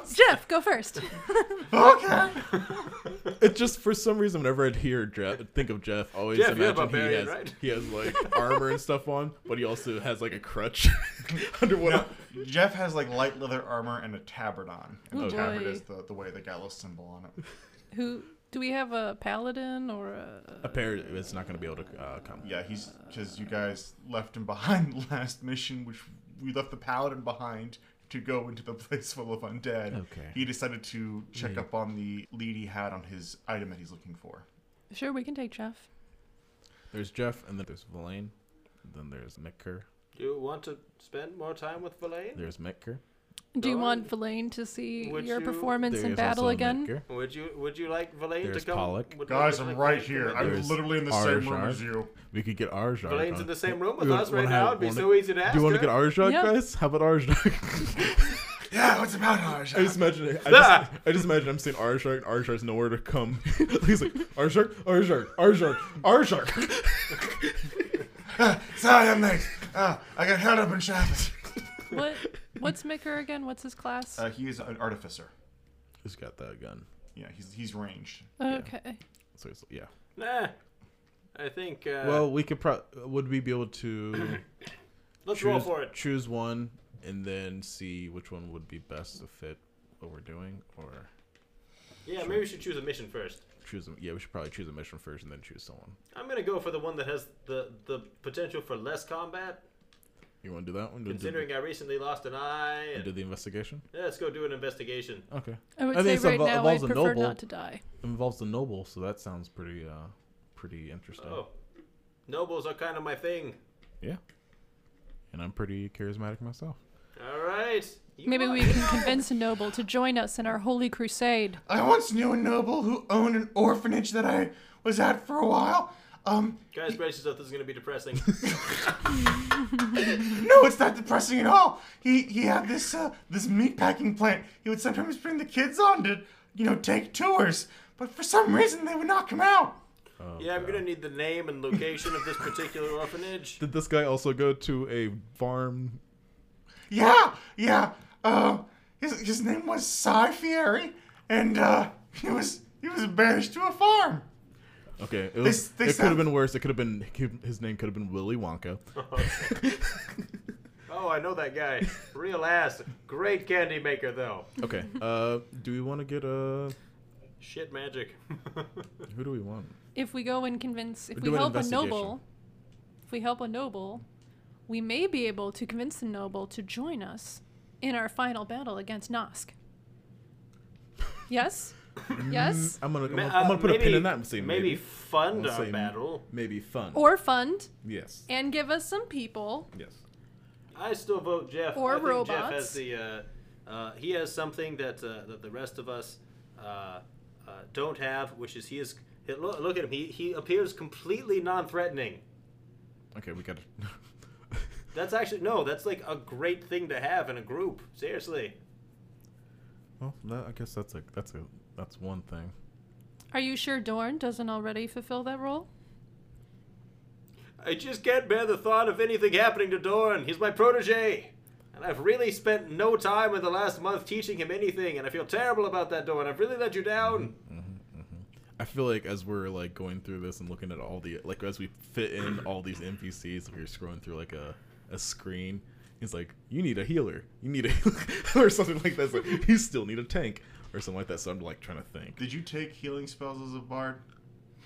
S3: Jeff, go
S5: Oh,
S3: first.
S5: it's just for some reason whenever I'd hear Jeff, think of Jeff, I always
S4: Jeff, you're a
S5: imagine he
S4: barbarian,
S5: has
S4: right?
S5: he has like armor and stuff on, but he also has like a crutch under one.
S2: No, Jeff has like light leather armor and a tabard on, and
S3: Oh,
S2: the tabard
S3: boy.
S2: is the, the way the gallows symbol on it.
S3: Who do we have a paladin or a?
S5: Apparently, it's not going to be able to uh, come.
S2: Yeah, he's because you guys left him behind last mission, which we left the paladin behind to go into the place full of undead.
S7: Okay.
S2: He decided to check up on the lead he had on his item that he's looking for.
S3: Sure, we can take Jeff.
S5: There's Jeff, and then there's Villain, then there's Micker,
S4: Do you want to spend more time with Valaine?
S5: there's Micker.
S3: Do you
S4: Dorn,
S3: want Villain to see
S4: would
S3: your
S4: you-
S3: performance in battle again?
S4: Would you Would you like Valaine to
S7: There's
S4: come?
S7: Pollock.
S4: would
S2: Guys,
S4: you
S2: I'm
S4: like
S2: right
S4: Valaine to
S2: here.
S4: come
S2: I'm
S5: There's
S2: literally in the
S5: our
S2: same room
S5: shard.
S2: as you.
S5: We could get Arjog.
S4: Blaine's
S5: on.
S4: in the same room with
S5: We
S4: us
S5: wanna
S4: right
S5: have-
S4: now. It'd be
S5: wanna-
S4: so easy to ask
S5: Do you want to
S4: her.
S5: get Arjog,
S3: Yeah.
S5: guys? How about Arjog?
S2: Yeah, what's about Harsh?
S5: I just imagine. I just,
S4: Ah!
S5: I just imagine I'm seeing Arjog, and Arjog's nowhere to come. He's like Arjog, Arjog, Arjog, Arjog.
S2: Sorry, I'm late. Ah, I got held up in traffic.
S3: What? What's Micker again? What's his class?
S2: Uh, he is an artificer.
S5: He's got that gun.
S2: Yeah, he's he's ranged.
S3: okay.
S5: So it's, yeah.
S4: Nah. I think. Uh,
S5: well, we could pro. Would we be able to
S4: let's roll
S5: choose,
S4: for it.
S5: choose one and then see which one would be best to fit what we're doing, or
S4: Yeah, maybe we should choose a mission first.
S5: choose? A, yeah, we should probably choose a mission first and then choose someone.
S4: I'm gonna go for the one that has the the potential for less combat.
S5: You want to do that one? Do, do-
S4: Considering I recently lost an eye.
S5: do,
S4: And,
S5: the investigation?
S4: yeah, let's go do an investigation.
S5: Okay.
S3: I would
S5: I
S3: say
S5: think so,
S3: right
S5: but
S3: now I
S5: Val's a
S3: prefer
S5: noble.
S3: not to die.
S5: involves the noble, so that sounds pretty, uh, pretty interesting.
S4: Oh, nobles are kind of my thing.
S5: Yeah. And I'm pretty charismatic myself.
S4: All right. You
S3: Maybe
S4: are-
S3: we can convince a noble to join us in our holy crusade.
S2: I once knew a noble who owned an orphanage that I was at for a while. Um,
S4: Guys, brace yourself. This is gonna be depressing.
S2: no, it's not depressing at all. He he had this uh, this meatpacking plant. He would sometimes bring the kids on to you know take tours, but for some reason they would not come out.
S5: Oh,
S4: yeah, I'm gonna need the name and location of this particular orphanage.
S5: Did this guy also go to a farm?
S2: Yeah, yeah. Uh, his his name was Cy Fieri, and uh, he was he was banished to a farm.
S5: Okay, it,
S2: was-
S5: was,
S2: they
S5: it could
S2: sound-
S5: have been worse. It could have been his name could have been Willy Wonka.
S4: Oh, I know that guy. Real ass. Great candy maker though.
S5: Okay, uh, do we want to get a?
S4: Shit magic.
S5: Who do we want?
S3: If we go and convince, if
S5: We'll
S3: we
S5: do an
S3: help a
S5: investigation.
S3: noble, if we help a noble, we may be able to convince the noble to join us in our final battle against Nosk. Yes? yes?
S5: I'm gonna, I'm
S4: Ma-
S5: gonna, I'm
S4: uh,
S5: gonna put a pin
S4: maybe-
S5: in that and say
S4: maybe
S5: maybe.
S4: fund
S5: I'll
S4: our
S5: say-
S4: battle.
S5: Maybe fun.
S3: Or fund
S5: yes.
S3: and give us some people.
S5: Yes.
S4: I still vote Jeff.
S3: Or
S4: I think Jeff
S3: robots.
S4: has the uh, uh, he has something that uh, that the rest of us uh, uh, don't have, which is he is Yeah, look, look at him. He, he appears completely non threatening.
S5: Okay, we gotta.
S4: That's actually, no, that's like a great thing to have in a group. Seriously.
S7: Well, that, I guess that's a that's a that's one thing.
S3: Are you sure Dorn doesn't already fulfill that role?
S4: I just can't bear the thought of anything happening to Dorn. He's my protege. And I've really spent no time in the last month teaching him anything, and I feel terrible about that, Dorn. I've really let you down.
S5: I feel like as we're like going through this and looking at all the like as we fit in all these NPCs, like you're scrolling through like a a screen. He's like, you need a healer, you need a or something like that. It's like you still need a tank or something like that. So I'm like trying to think.
S2: Did you take healing spells as a bard?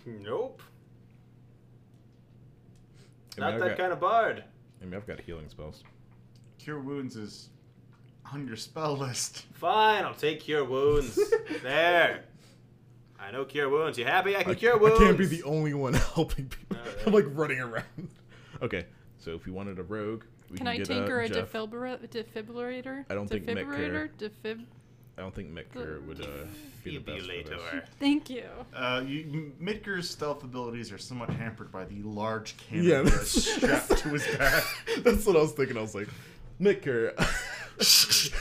S4: Nope.
S5: I mean,
S4: Not
S5: I've
S4: that
S5: got-
S4: kind of bard.
S5: I mean, I've got healing spells.
S2: Cure wounds is on your spell list.
S4: Fine, I'll take cure wounds. there. I know cure wounds. You happy? I can
S5: I,
S4: cure
S5: I
S4: wounds.
S5: can't be the only one helping people.
S4: Alright.
S5: I'm like running around. Okay, so if we wanted a rogue, we
S3: Can
S5: can
S3: I
S5: get uh,
S3: tinker a
S5: Jeff.
S3: defibra- defibrillator?
S5: I don't think Mick
S3: defibrillator? Defib.
S5: I don't think Metcur would uh, be the best for this.
S4: Defibrillator.
S3: Thank you.
S2: Uh, you, Midgar's stealth abilities are somewhat hampered by the large cannon
S5: Yeah,
S2: that is
S5: that's,
S2: strapped to his back.
S5: that's what I was thinking. I was like, Mitker.
S2: Is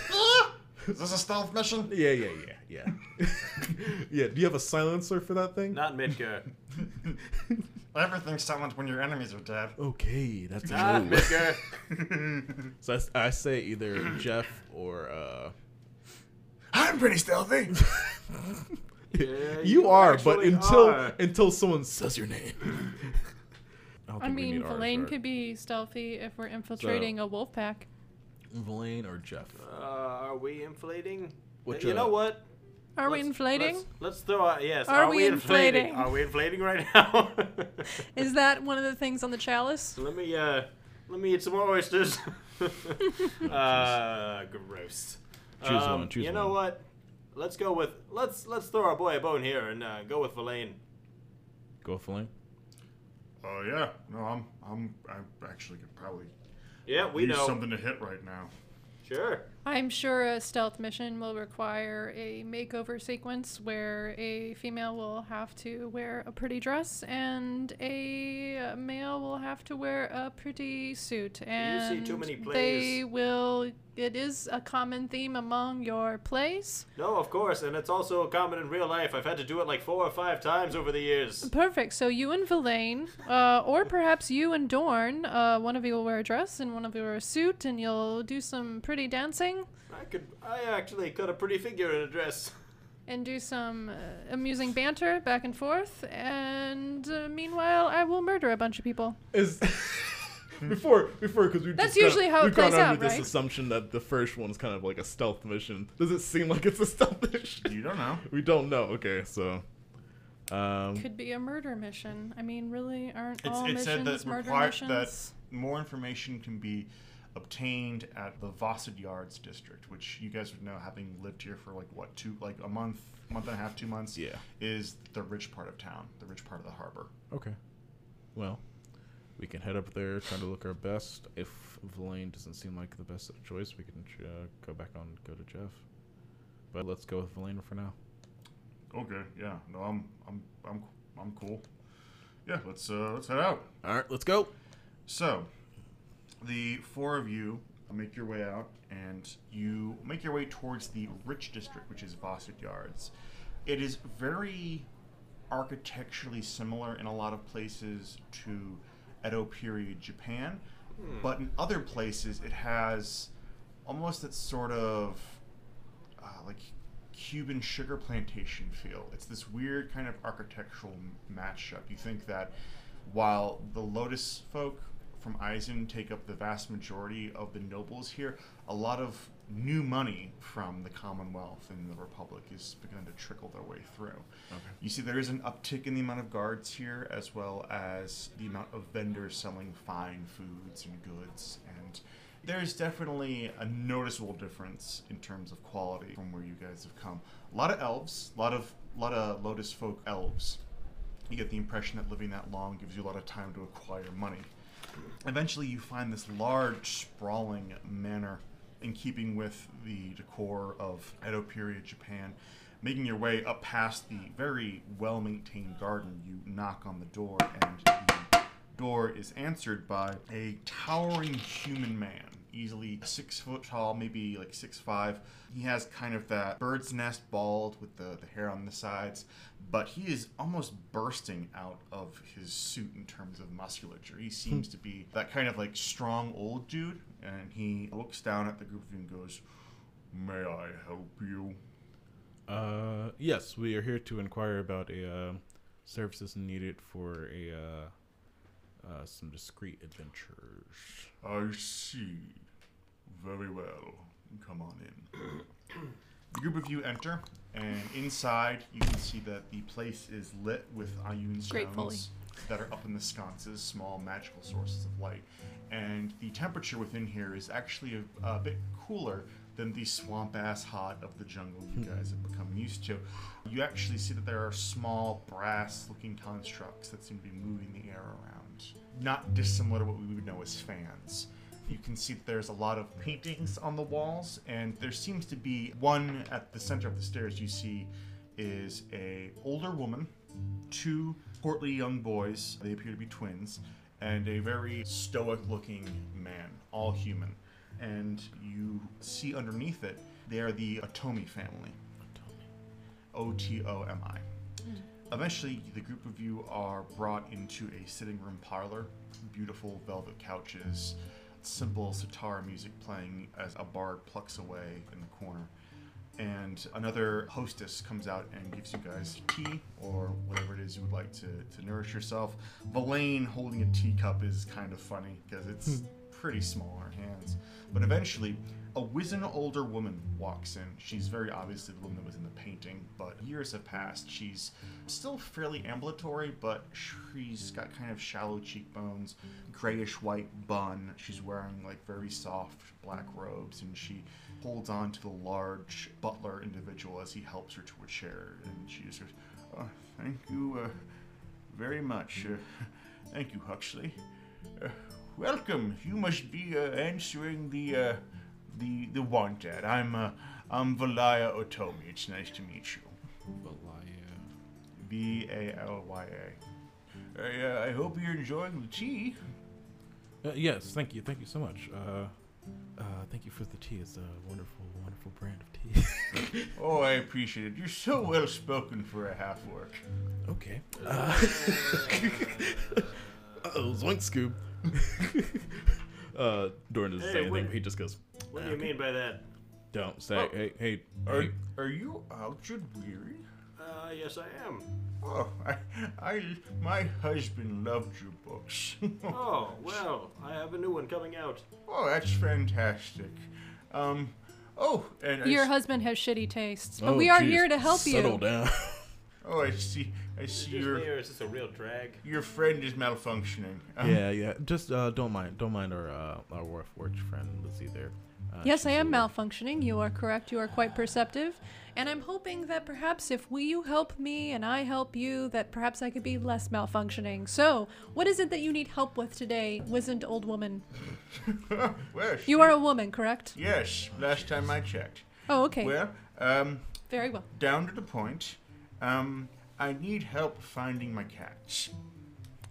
S2: this a stealth mission?
S5: yeah, yeah, yeah, yeah. yeah, do you have a silencer for that thing?
S4: Not Midgar.
S2: Everything's silent when your enemies are dead.
S5: Okay, that's
S4: Not
S5: a move.
S4: Midgar.
S5: So I s- I, say either Jeff or. uh
S2: I'm pretty stealthy.
S4: Yeah,
S5: You are, but
S4: actually
S5: until
S4: are.
S5: until someone says your name. I, don't
S3: I
S5: think we
S3: mean,
S5: need ours,
S3: Verlaine
S5: right?
S3: could be stealthy if we're infiltrating a wolf pack.
S5: Verlaine or Jeff.
S4: Uh, are we inflating?
S5: What,
S4: you
S5: uh,
S4: know what?
S3: Are we
S4: Let's-
S3: inflating?
S4: Let's, let's throw out. Yes.
S3: Are
S4: Are,
S3: we
S4: we inflating?
S3: inflating?
S4: Are we inflating right now?
S3: Is that one of the things on the chalice?
S4: let me uh, let me eat some more oysters. uh, gross. Um,
S5: Choose one, choose
S4: You know
S5: one.
S4: what? Let's go with let's let's throw our boy a bone here and uh, go with Verlaine.
S5: Go with Verlaine.
S2: Oh yeah, no, I'm, I'm, I'm actually could probably
S4: Yeah, we
S2: use
S4: know.
S2: something to hit right now.
S4: Sure.
S3: I'm sure a stealth mission will require a makeover sequence where a female will have to wear a pretty dress and a male will have to wear a pretty suit. And
S4: see too many
S3: They
S4: plays.
S3: will. It is a common theme among your plays.
S4: No, of course, and it's also common in real life. I've had to do it like four or five times over the years.
S3: Perfect. So you and Villain, uh, or perhaps you and Dorn, uh, one of you will wear a dress and one of you will wear a suit, and you'll do some pretty dancing
S4: I could. I actually cut a pretty figure in a dress.
S3: and do some uh, amusing banter back and forth. And uh, meanwhile, I will murder a bunch of people.
S5: is before before because we
S3: That's
S5: just kinda-
S3: usually how it
S5: we've gone
S3: plays
S5: under
S3: out,
S5: this
S3: right?
S5: assumption that the first one's kind of like a stealth mission. Does it seem like it's a stealth mission?
S2: You don't know.
S5: We don't know. Okay, so um,
S3: Could be a murder mission. I mean, really, aren't
S2: It's,
S3: all
S2: it
S3: missions
S2: said that
S3: murder
S2: required
S3: missions?
S2: that more information can be obtained at the Vossad Yards district, which you guys would know, having lived here for like what two, like a month, month and a half, two months.
S5: Yeah.
S2: is the rich part of town, the rich part of the harbor.
S5: okay, well, we can head up there, trying to look our best. If Villain doesn't seem like the best choice, we can uh, go back on go to Jeff. But let's go with Villain for now.
S2: Okay, yeah, no, I'm, I'm, I'm, I'm cool. Yeah, let's uh, let's head out.
S5: All right, let's go.
S2: So, the four of you uh, make your way out, and you make your way towards the rich district, which is Vossett Yards. It is very architecturally similar in a lot of places to Edo period Japan, Hmm. but in other places it has almost that sort of uh, like Cuban sugar plantation feel. It's this weird kind of architectural m- matchup. You think that while the Lotus folk from Eisen take up the vast majority of the nobles here, a lot of new money from the Commonwealth and the Republic is begun to trickle their way through. You see, there is an uptick in the amount of guards here, as well as the amount of vendors selling fine foods and goods and there's definitely a noticeable difference in terms of quality from where you guys have come. A lot of elves, a lot of lot of lotus folk elves. You get the impression that living that long gives you a lot of time to acquire money. Eventually, you find this large, sprawling manor in keeping with the decor of Edo period Japan. Making your way up past the very well maintained garden, you knock on the door, and the door is answered by a towering human man, easily six foot tall, maybe like six five. He has kind of that bird's nest bald with the, the hair on the sides, but he is almost bursting out of his suit in terms of musculature. He seems to be that kind of like strong old dude, and he looks down at the group of you and goes, May I help you?
S7: Uh, yes, we are here to inquire about a uh, services needed for a uh, uh, some discreet adventures.
S2: I see. Very well. Come on in. the group of you enter, and inside you can see that the place is lit with Ayun
S3: Gratefully.
S2: stones that are up in the sconces, small magical sources of light. And the temperature within here is actually a, a bit cooler than the swamp ass hot of the jungle you guys have become used to. You actually see that there are small brass looking constructs that seem to be moving the air around, not dissimilar to what we would know as fans. You can see that there's a lot of paintings on the walls, and there seems to be one at the center of the stairs you see is a older woman, two portly young boys, they appear to be twins, and a very stoic looking man, all human. And you see underneath it, they are the Otomi family. O T O M I. Eventually, the group of you are brought into a sitting room parlor. Beautiful velvet couches, simple sitar music playing as a bard plucks away in the corner. And another hostess comes out and gives you guys tea or whatever it is you would like to, to nourish yourself. Valaine holding a teacup is kind of funny because it's pretty small in her hands. But eventually, a wizened older woman walks in. She's very obviously the woman that was in the painting, but years have passed. She's still fairly ambulatory, but she's got kind of shallow cheekbones, grayish white bun. She's wearing like very soft black robes, and she holds on to the large butler individual as he helps her to a chair. And she just goes, oh, Thank you uh, very much. Uh, thank you, Huxley. Uh, welcome. You must be uh, answering the uh, the the want ad. I'm uh, I'm Valaya Otomi. It's nice to meet you. V A L Y A. I, uh, I hope you're enjoying the tea.
S7: Uh, yes, thank you, thank you so much. Uh, uh, thank you for the tea. It's a wonderful, wonderful brand of tea.
S2: Oh, I appreciate it. You're so well spoken for a half work.
S7: okay. Uh, oh, zoink scoop. uh, Doran doesn't
S4: Hey,
S7: say anything.
S4: wait.
S7: but He just goes,
S4: What do you mean by that?
S7: "Don't say,
S2: Oh.
S7: hey, hey,
S2: Are,
S7: hey."
S2: are you Alfred Weary?
S4: Uh, yes, I am.
S2: Oh, I, I, my husband loved your books.
S4: Oh, well, I have a new one coming out.
S2: oh, that's fantastic. Um, oh, and I
S3: Your
S2: s-
S3: husband has shitty tastes, but
S7: Oh,
S3: we are
S7: jeez,
S3: here to help
S7: Settle
S3: you.
S7: down.
S2: oh, I see, I
S4: Is
S2: see
S4: it just me,
S2: your
S4: or is this a real drag?
S2: your friend is malfunctioning. Um,
S7: yeah, yeah. Just uh, don't mind, don't mind our uh, our War Forge friend Lizzie there. Uh,
S3: Yes,
S7: she's
S3: I
S7: a
S3: am
S7: little-
S3: malfunctioning. You are correct. You are quite perceptive. And I'm hoping that perhaps if we, you help me and I help you, that perhaps I could be less malfunctioning. So, what is it that you need help with today, wizened old woman?
S2: well,
S3: You are a woman, correct?
S2: Yes, last time I checked.
S3: Oh, okay.
S2: Well, um,
S3: Very well.
S2: down to the point. Um, I need help finding my cats.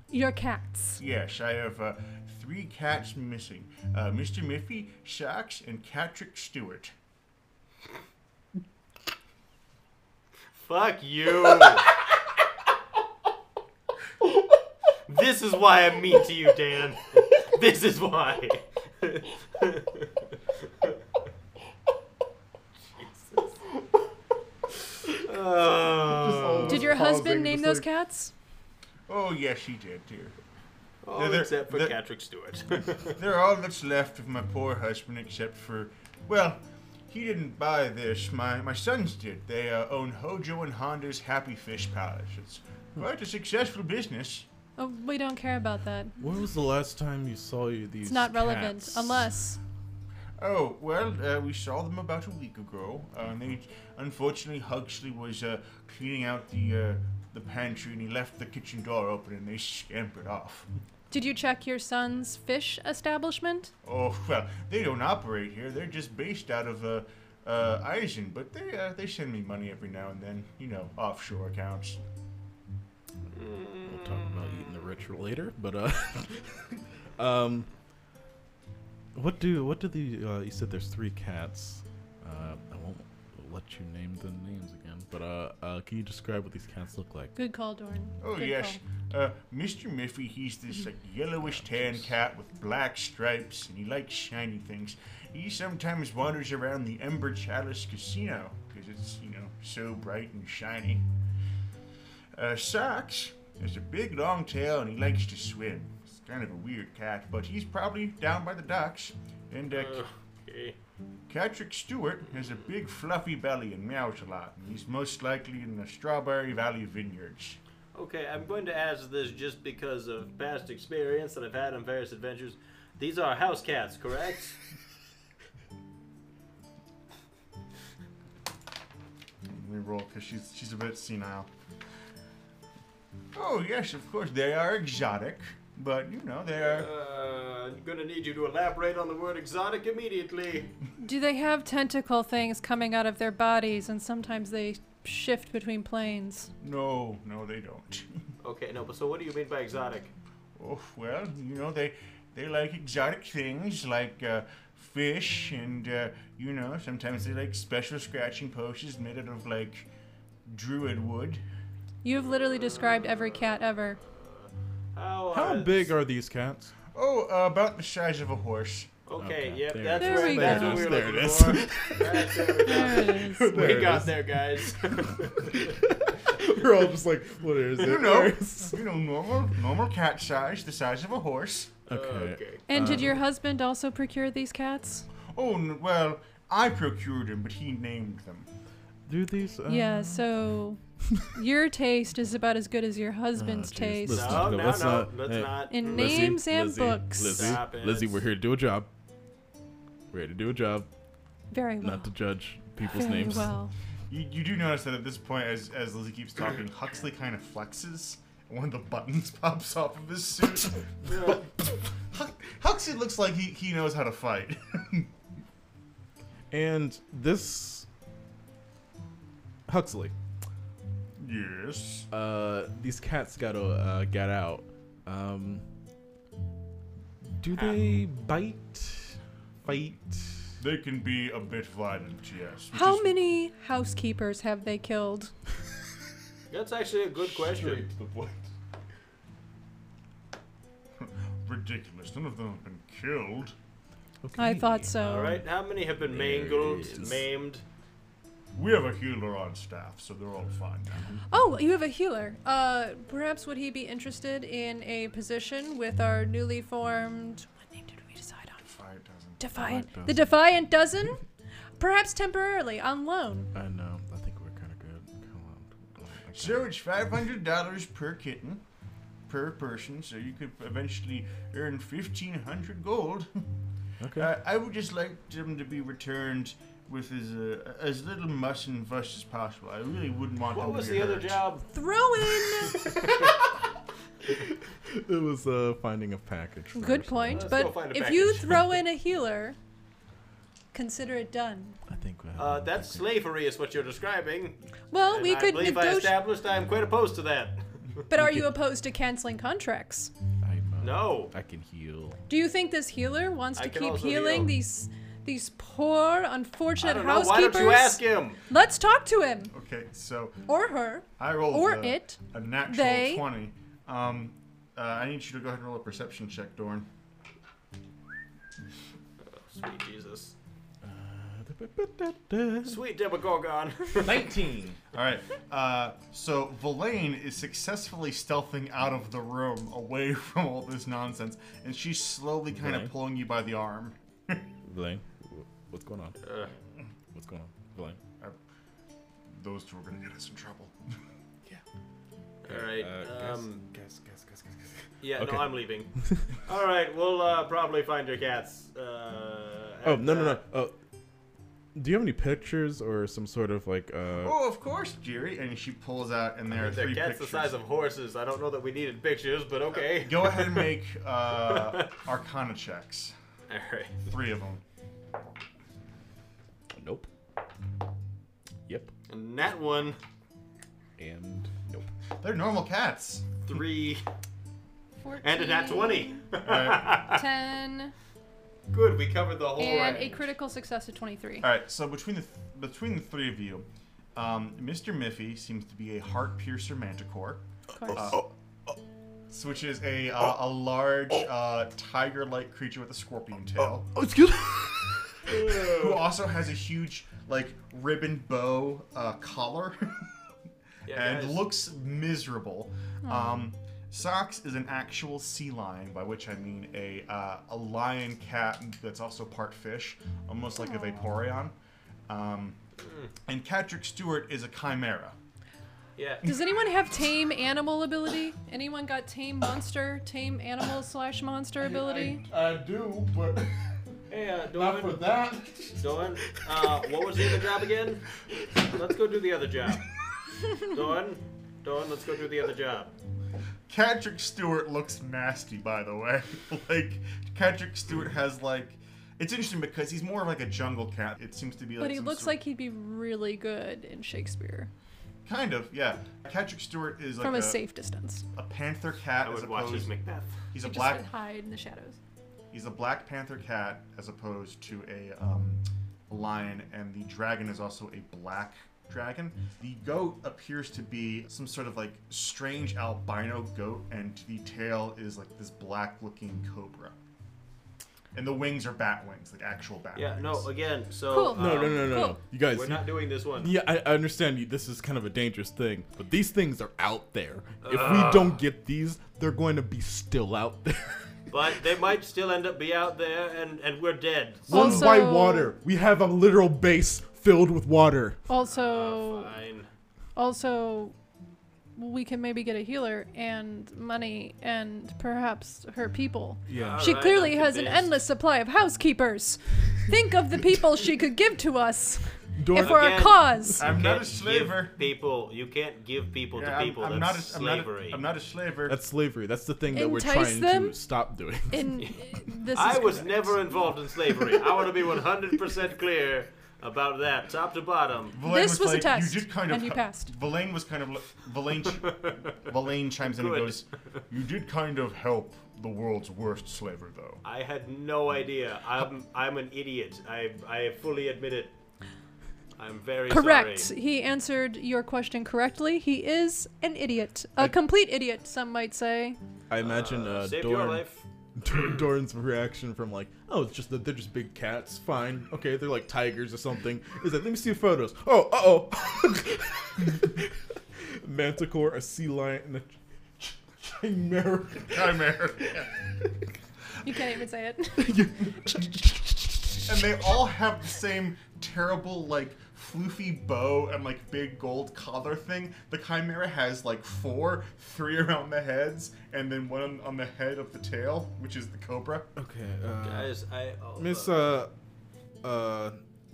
S3: Your cats.
S2: Yes, I have uh, three cats missing: uh, Mr. Miffy, Socks, and Catrick Stewart.
S4: Fuck you! this is why I'm mean to you, Dan. This is why. Jesus. Oh,
S3: Did your
S2: Uh, Pausing,
S3: husband name
S2: just
S3: those
S2: like-
S3: cats?
S2: Oh yes, he did, dear.
S4: all
S2: they're-
S4: except for
S2: they're-
S4: Patrick Stewart.
S2: They're all that's left of my poor husband, except for, well, he didn't buy this. My my sons did. They uh, own Hojo and Honda's Happy Fish Palace. It's quite a successful business.
S3: Oh, we don't care about that.
S7: When was the last time you saw you these?
S3: It's not relevant
S7: cats?
S3: unless
S2: Oh well, uh, we saw them about a week ago, uh, and they unfortunately Huxley was uh, cleaning out the uh, the pantry, and he left the kitchen door open, and they scampered off.
S3: Did you check your son's fish establishment?
S2: Oh, well, they don't operate here. They're just based out of uh, uh, Eisen, but they uh, they send me money every now and then. You know, offshore accounts.
S7: We'll talk about eating the rich later, but uh, um, what do what do the uh, you said there's three cats? Uh, I won't let you name the names again, but uh, uh, can you describe what these cats look like?
S3: Good call, Dorn.
S2: Oh
S3: Good
S2: yes,
S3: call.
S2: uh, Mr. Miffy. He's this like yellowish tan cat with black stripes, and he likes shiny things. He sometimes wanders around the Ember Chalice Casino because it's you know so bright and shiny. Uh, Socks has a big long tail, and he likes to swim. It's kind of a weird cat, but he's probably down by the docks. And uh,
S4: Okay.
S2: Catrick Stewart has a big fluffy belly and meows a lot. and He's most likely in the Strawberry Valley vineyards.
S4: Okay, I'm going to ask this just because of past experience that I've had on various adventures. These are house cats, correct?
S2: Let me roll because she's she's a bit senile. Oh yes, of course they are exotic, but you know they are.
S4: Uh, I'm gonna need you to elaborate on the word exotic immediately.
S3: Do they have tentacle things coming out of their bodies and sometimes they shift between planes?
S2: No, no, they don't.
S4: Okay, no, but so what do you mean by exotic?
S2: Oh well, you know they they like exotic things like uh, fish, and uh, you know sometimes they like special scratching potions made out of like druid wood.
S3: You've literally described every cat ever.
S4: How,
S7: How
S4: uh,
S7: big are these cats?
S2: Oh, uh, about the size of a horse.
S4: Okay,
S7: Okay,
S4: yep,
S7: there
S4: that's
S3: it is.
S4: right.
S3: There
S4: That's
S3: it
S4: what we
S5: is,
S4: were
S5: there it
S4: looking
S5: is.
S4: for. That's what we got.
S3: There it is.
S4: We
S5: There it
S4: got
S5: is.
S4: there, guys.
S5: We're all just like, what is it?
S2: You know,
S5: Where is-
S2: you know normal normal cat size, the size of a horse.
S5: oh,
S4: okay.
S3: And
S7: Uh.
S3: did your husband also procure these cats?
S2: Oh n- well, I procured them, but he named them.
S7: Do these? Uh,
S3: Yeah, so your taste is about as good as your husband's
S7: jeez,
S3: taste.
S7: listen.
S4: No,
S7: No,
S4: no, no,
S7: let's
S4: let's not.
S7: not- hey.
S3: In
S7: Lizzie,
S3: names and
S7: Lizzie,
S3: books.
S7: Lizzie,
S4: Stop it.
S7: Lizzie, we're here to do a job. We're here to do a job,
S3: Very well.
S7: not to judge people's
S3: Very
S7: names.
S3: well.
S2: You, you do notice that at this point, as as Lizzie keeps talking, Huxley kind of flexes, and one of the buttons pops off of his suit. Hux- Huxley looks like he, he knows how to fight.
S7: And this Huxley.
S2: yes.
S7: uh, these cats gotta uh, get out. Um, do they bite? Fight?
S2: They can be a bit violent, yes. which
S3: How
S2: is-
S3: many housekeepers have they killed?
S4: That's actually a good question.
S2: Straight to the point. Ridiculous. None of them have been killed.
S3: I thought so.
S4: All right, how many have been mangled, maimed?
S2: We have a healer on staff, so they're all fine now.
S3: Oh, you have a healer. Uh, perhaps would he be interested in a position with our newly formed? What name did we decide on?
S2: Five dozen.
S3: Defiant.
S7: Defiant
S3: The Defiant Dozen. Perhaps temporarily on loan.
S7: I know. I think we're kind of good. Come on. Okay.
S2: So it's five hundred dollars per kitten, per person. So you could eventually earn fifteen hundred gold.
S7: Okay.
S2: Uh, I would just like them to be returned with as uh, as little muss and fuss as possible. I really wouldn't want
S4: What
S2: them
S4: was
S2: to be
S4: the other
S2: hurt.
S4: job?
S3: Throw in.
S7: it was uh, finding a package.
S3: Good
S7: first.
S3: point.
S4: Let's go
S3: But
S4: find a
S3: if you
S4: package.
S3: throw in a healer, consider it done.
S7: I think. we
S4: Uh, that's slavery, is what you're describing.
S3: Well,
S4: and
S3: we
S4: I
S3: could
S4: believe I
S3: negotiate.
S4: established I am quite opposed to that.
S3: But are you opposed to canceling contracts?
S7: I'm, uh,
S4: No.
S7: I can heal.
S3: Do you think this healer wants
S4: I
S3: to
S4: can
S3: keep
S4: also
S3: healing
S4: heal.
S3: these these poor, unfortunate
S4: I don't know.
S3: housekeepers?
S4: Why don't you ask him?
S3: Let's talk to him
S2: Okay, so
S3: or her.
S2: I rolled
S4: Oh,
S3: Or
S2: a,
S3: it,
S2: a natural
S3: they.
S2: twenty. Um, uh, I need you to go ahead and roll a perception check, Dorn.
S4: Sweet Jesus.
S7: That's
S4: Sweet Demogorgon.
S2: Nineteen. All right. Uh, so Verlaine is successfully stealthing out of the room, away from all this nonsense, and she's slowly kind
S7: Verlaine?
S2: of pulling you by the arm.
S7: Blaine, wh- what's going on?
S4: Uh,
S7: What's going on, Blaine?
S2: Those two are gonna get us in trouble.
S4: All right.
S7: Uh,
S4: um,
S7: guys, guys, guys, guys, guys.
S4: yeah,
S7: okay.
S4: no, I'm leaving. All right, we'll uh, probably find your cats. Uh,
S7: Oh
S4: at,
S7: no no
S4: uh,
S7: no! Oh,
S5: Do you have any pictures or some sort of like? Uh,
S2: Oh, of course, Jerry. And she pulls out, and there are
S4: They're
S2: three
S4: cats
S2: pictures.
S4: the size of horses. I don't know that we needed pictures, but okay.
S2: Go ahead and make uh, Arcana checks.
S4: All right.
S2: Three of them.
S8: Nope. Yep.
S4: And that one,
S8: And nope.
S2: They're normal cats.
S4: three,
S3: 14,
S4: and a nat 20.
S2: All right.
S3: 10,
S4: Good, we covered the whole
S3: and a
S4: range.
S3: critical success of 23.
S2: All right. So between the th- between the three of you, um, Mr. Miffy seems to be a heart piercer manticore,
S3: Of course.
S2: uh, s- which is a uh, a large uh, tiger-like creature with a scorpion tail,
S8: Oh, excuse.
S2: who also has a huge like ribbon bow uh, collar.
S4: Yeah,
S2: and
S4: guys.
S2: looks miserable. Um, Sox is an actual sea lion, by which I mean a uh, a lion cat that's also part fish, almost like a Vaporeon. Um,
S4: Hmm.
S2: and Catrick Stewart is a chimera.
S4: Yeah.
S3: Does anyone have tame animal ability? Anyone got tame monster, tame animal slash monster ability?
S8: I do, but
S4: Hey, uh, Doran,
S8: that.
S4: Doran, uh, what was the other job again? Let's go do the other job. Doran, Doran, let's go do the other job.
S2: Catrick Stewart looks nasty, by the way. like Catrick Stewart has like. It's interesting because he's more of like a jungle cat. It seems to be like.
S3: But he
S2: some
S3: looks
S2: sort-
S3: like he'd be really good in Shakespeare
S2: Kind of, yeah. Catrick Stewart is like
S3: from
S2: a,
S3: a safe distance.
S2: a panther cat
S4: I
S2: as
S4: would
S2: opposed.
S4: watch his Macbeth.
S2: he's a
S3: Just
S2: black
S3: to hide in the shadows.
S2: He's a black panther cat as opposed to a um, lion, and the dragon is also a black dragon. The goat appears to be some sort of like strange albino goat, and the tail is like this black looking cobra. And the wings are bat wings, like actual bat
S4: Yeah,
S2: wings.
S4: no, again, so.
S3: Cool.
S4: um,
S5: no, no, no, no, no.
S3: cool.
S5: You guys.
S4: We're not doing this one.
S5: yeah, I, I understand you. This is kind of a dangerous thing, but these things are out there. If we don't get these, they're going to be still out there.
S4: But they might still end up be out there, and, and we're dead.
S5: One by
S3: Also-
S5: water. We have a literal base filled with water.
S3: Also,
S4: Fine.
S3: also, we can maybe get a healer and money and perhaps her people.
S5: Yeah.
S3: She
S4: Alright,
S3: clearly
S4: I'm
S3: has an
S4: convinced.
S3: endless supply of housekeepers. Think of the people she could give to us
S5: Dorn,
S3: if we're a
S4: Again.
S3: cause.
S2: I'm
S4: You
S2: not
S4: can't
S2: a slaver.
S4: give People, you can't give people
S2: Yeah,
S4: to
S2: I'm-
S4: people.
S2: I'm, not
S4: That's
S2: a, I'm, not a,
S4: slavery.
S2: I'm not a slaver.
S5: that's slavery. That's the thing that we're
S3: Entice
S5: trying
S3: them?
S5: to stop doing.
S3: In this
S4: I
S3: is
S4: was
S3: correct.
S4: never involved in slavery. I want to be 100% clear about that, top to bottom.
S2: Valaine
S3: This was a
S2: like,
S3: test,
S2: you did kind of
S3: and you
S2: co-
S3: passed."
S2: Valaine was kind of li- Valaine. Ch- Valaine chimes in
S4: Good.
S2: and goes, "You did kind of help the world's worst slaver, though."
S4: I had no idea. I'm I'm an idiot. I I fully admit it. I'm very
S3: Correct.
S4: sorry.
S3: He answered your question correctly. He is an idiot. A complete idiot, some might say.
S5: I imagine uh,
S4: Saved your
S5: Dorn,
S4: life.
S5: Dorn's reaction from like, oh, it's just that they're just big cats. Fine, okay, they're like tigers or something. Is that? Let me see your photos. Oh, uh oh. Manticore, a sea lion, and a ch- chimera.
S2: Chimera.
S3: You can't even say it.
S2: and they all have the same terrible like floofy bow and like big gold collar thing the chimera has like four three around the heads and then one on, on the head of the tail which is the cobra
S5: Okay, uh,
S4: Guys, I oh,
S5: Miss
S4: uh,
S5: uh, uh,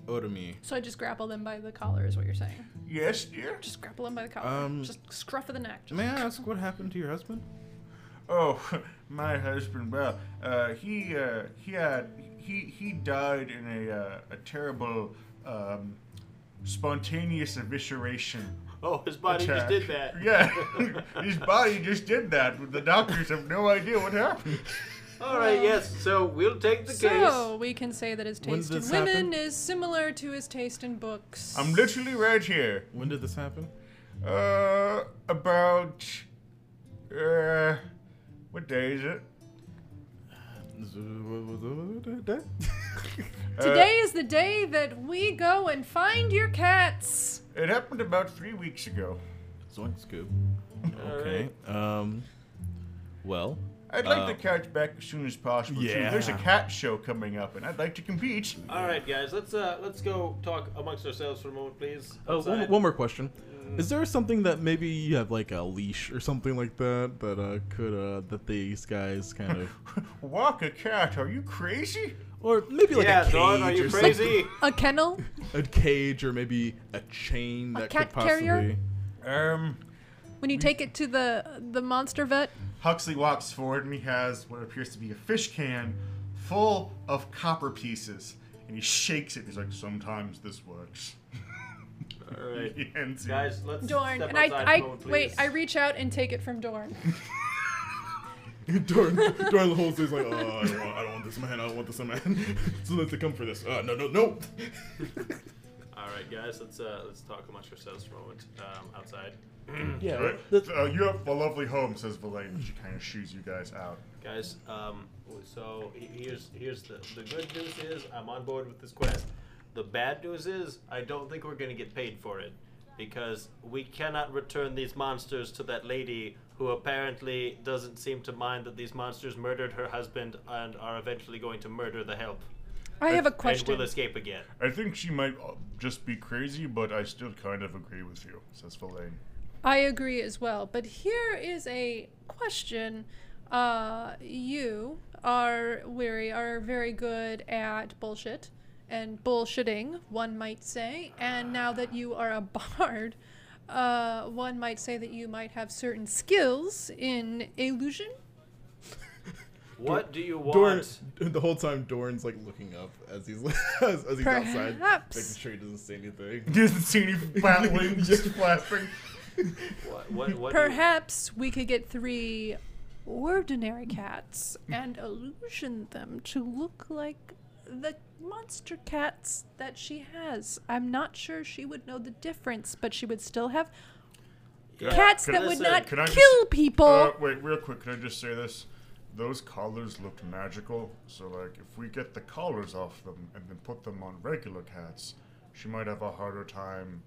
S5: Otomi.
S3: so I just grapple them by the collar, is what you're saying.
S2: yes dear
S3: Just grapple them by the collar.
S5: Um,
S3: just scruff of the neck. Just
S5: May I ask what happened to your husband?
S2: oh my husband well uh he uh he had he he died in a uh, a terrible um spontaneous evisceration
S4: oh, his body
S2: attack.
S4: just did that.
S2: yeah his body just did that the doctors have no idea what happened
S4: All right. Yes. So we'll take the
S3: so we can say that his
S5: When
S3: taste
S5: did
S3: in
S5: this
S3: women
S5: happen?
S3: is similar to his taste in books.
S2: I'm literally right here.
S5: When did this happen?
S2: Uh, about uh, what day is it? Uh,
S3: Today is the day that we go and find your cats.
S2: it happened about three weeks ago.
S5: Zoink scoop. Okay. Um. Well.
S2: I'd like
S5: Uh,
S2: the cats back as soon as possible. too.
S5: Yeah.
S2: There's a cat show coming up, and I'd like to compete.
S4: case. All right, guys. Let's uh let's go talk amongst ourselves for a moment, please. uh,
S5: Oh, one,
S4: Outside.
S5: one more question. Is there something that maybe you have like a leash or something like that that uh, could uh, that these guys kind of?
S2: Walk a cat? Are you crazy?
S5: Or maybe like
S4: yeah,
S5: a cage
S4: Dawn, are
S5: or
S4: you
S5: something.
S4: crazy?
S3: A kennel?
S5: A cage or maybe a chain that
S3: cat
S5: could possibly.
S3: carrier?
S2: Um,
S3: When you take it to the the monster vet?
S2: Huxley walks forward and he has what appears to be a fish can full of copper pieces. And he shakes it. He's like, sometimes this works.
S4: All right,
S2: He hands you-
S4: guys, let's
S3: Dorn.
S4: step
S3: And I,
S4: outside
S3: I
S4: for a moment,
S3: wait,
S4: please.
S3: I reach out and take it from Dorn.
S5: During, during the whole thing's like, oh, I don't, want, I don't want this man. I don't want this man. so let's come for this. Uh, no, no, no.
S4: All right, guys, let's uh, let's talk amongst ourselves for a moment um, outside.
S5: Yeah.
S2: Right? Uh, you have a lovely home, says Valaine. and She kind of shoos you guys out.
S4: Guys, um, so he- here's here's the the good news is I'm on board with this quest. The bad news is I don't think we're gonna get paid for it because we cannot return these monsters to that lady who apparently doesn't seem to mind that these monsters murdered her husband and are eventually going to murder the help
S3: I have a
S4: and
S3: question.
S4: will escape again.
S2: I think she might uh, just be crazy, but I still kind of agree with you, says Valaine.
S3: I agree as well. But here is a question. Uh, you are weary, are very good at bullshit and bullshitting, one might say. And now that you are a bard, uh, one might say that you might have certain skills in illusion.
S4: What do you want?
S5: Dorn, the whole time Dorn's like looking up as he's as, as he's outside,
S3: Perhaps.
S5: making sure he doesn't say anything.
S2: He doesn't see any fat wings just flapping.
S4: What, what, what do you-
S3: Perhaps we could get three ordinary cats and illusion them to look like the monster cats that she has. I'm not sure she would know the difference, but she would still have
S4: Yeah,
S3: cats
S2: can
S3: that
S2: I
S3: would
S4: say-
S3: not
S2: can I
S3: kill
S2: just-
S3: people.
S2: Uh, wait, real quick, can I just say this? Those collars looked magical, so like if we get the collars off them and then put them on regular cats, she might have a harder time.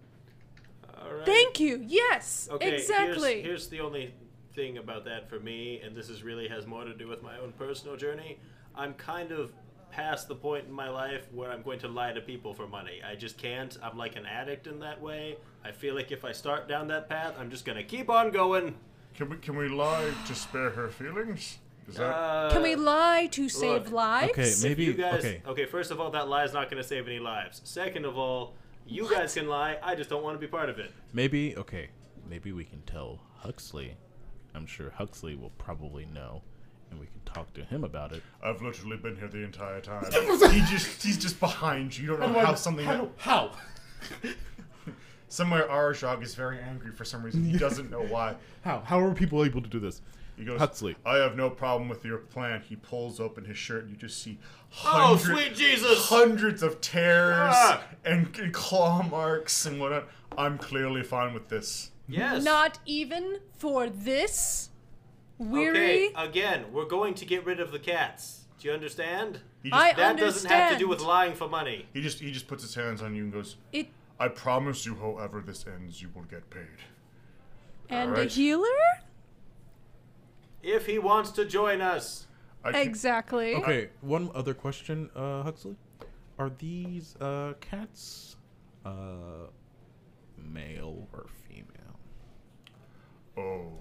S4: All right.
S3: Thank you. Yes,
S4: Okay, here's-
S3: exactly.
S4: Here's, the only thing about that for me, and this is really has more to do with my own personal journey. I'm kind of past the point in my life where I'm going to lie to people for money. I just can't. I'm like an addict in that way. I feel like if I start down that path, I'm just gonna keep on going.
S2: Can we can we lie to spare her feelings? Is that
S4: Uh,
S3: Can we lie to save lives?
S7: Okay, maybe.
S4: You guys,
S7: okay.
S4: First of all, that lie is not gonna save any lives. Second of all, you guys can lie. I just don't want to be part of it.
S7: Maybe okay. Maybe we can tell Huxley. I'm sure Huxley will probably know, and we can talk to him about it.
S2: I've literally been here the entire time. he just he's just behind you. You don't know how something that,
S5: How?
S2: somewhere Arashog is very angry for some reason. He doesn't know why.
S5: How? How are people able to do this?
S2: He goes,
S5: Huxley.
S2: I have no problem with your plan. He pulls open his shirt and you just see
S4: Oh,
S2: hundred-
S4: sweet Jesus!
S2: hundreds of tears
S4: Ah.
S2: and, and claw marks and whatnot. I'm clearly fine with this.
S4: Yes.
S3: Not even for this weary.
S2: uh,
S4: Okay, again, we're going to get rid of the cats. Do you understand?
S2: He just,
S3: I
S4: That
S3: understand.
S4: doesn't have to do with lying for money.
S2: he just he just puts his hands on you and goes,
S3: it
S2: "I promise you, however this ends, you will get paid."
S3: and a
S2: Alright.
S3: healer.
S4: If he wants to join us,
S2: I can-
S4: Oh.
S3: Exactly.
S7: Okay, one other question, uh, Huxley. Are these uh, cats uh, male or female?
S2: Oh,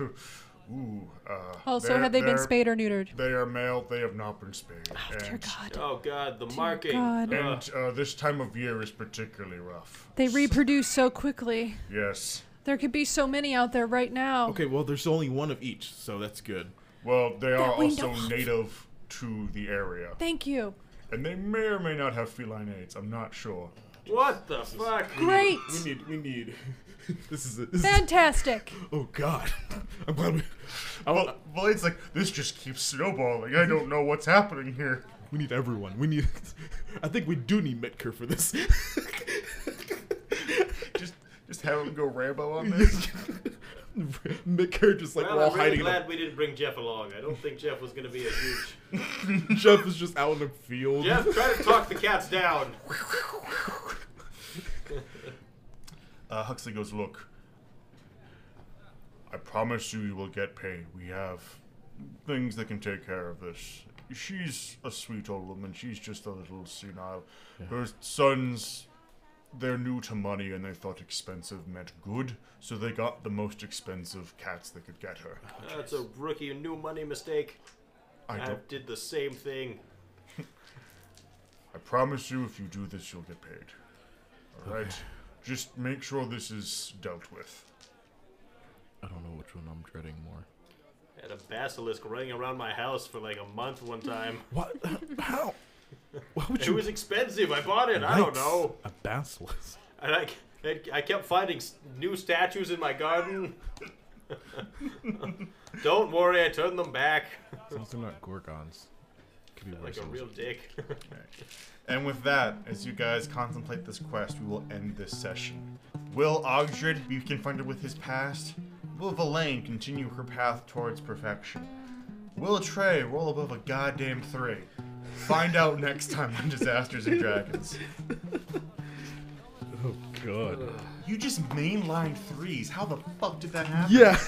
S2: um, ooh. Uh,
S3: Also,
S2: they're-
S3: had they been
S2: they're-
S3: spayed or neutered?
S2: They are male. They have not been spayed.
S3: Oh, dear
S2: and
S3: God.
S4: oh god, the marking.
S3: God.
S4: Ugh.
S2: and uh, this time of year is particularly rough.
S3: They reproduce so quickly.
S2: Yes.
S3: There could be so many out there right now.
S5: Okay, well, there's only one of each, so that's good.
S2: Well, they are
S3: That window.
S2: also native to the area,
S3: Thank you.
S2: and they may or may not have feline aids. I'm not sure.
S4: What the fuck?
S3: Great.
S5: We need. We need. this is it. This is,
S3: Fantastic.
S5: oh God. I'm glad we. I
S2: Well,
S5: want,
S2: Blade's like, this just keeps snowballing. I don't know what's happening here.
S5: we need everyone. We need. I think we do need Mitker for this.
S2: Just, just have him go Rambo on this.
S5: Mitker just like
S4: Well,
S5: we're all
S4: I'm really
S5: hiding. in a-
S4: glad we didn't bring Jeff along. I don't think Jeff was gonna be a huge.
S5: Jeff is just out in the field.
S4: Jeff, try to talk the cats down.
S2: Uh, Huxley goes, Look, I promise you, you will get paid. We have things that can take care of this. She's a sweet old woman. She's just a little senile. Her sons, they're new to money and they thought expensive meant good, so they got the most expensive cats they could get her.
S4: That's a rookie new money mistake.
S2: I
S4: I
S2: don't.
S4: did the same thing.
S2: I promise you, if you do this, you'll get paid. All right. Just make sure this is dealt with.
S7: I don't know which one I'm dreading more.
S4: I had a basilisk running around my house for like a month one time.
S7: What? How? Why would
S4: It
S7: you?
S4: was expensive. I bought it. I don't
S7: Yikes.
S4: know.
S7: A basilisk.
S4: And I, I- I kept finding s- new statues in my garden. don't worry, I turned them back
S7: As long as they're not gorgons. Could be
S4: like
S7: worse.
S4: a real dick.
S2: And with that, as you guys contemplate this quest, we will end this session. Will Ogdrid be confronted with his past? Will Valaine continue her path towards perfection? Will Trey roll above a goddamn three? Find out next time on Disasters and Dragons.
S7: Oh god.
S2: You just mainline threes. How the fuck did that happen?
S7: Yeah.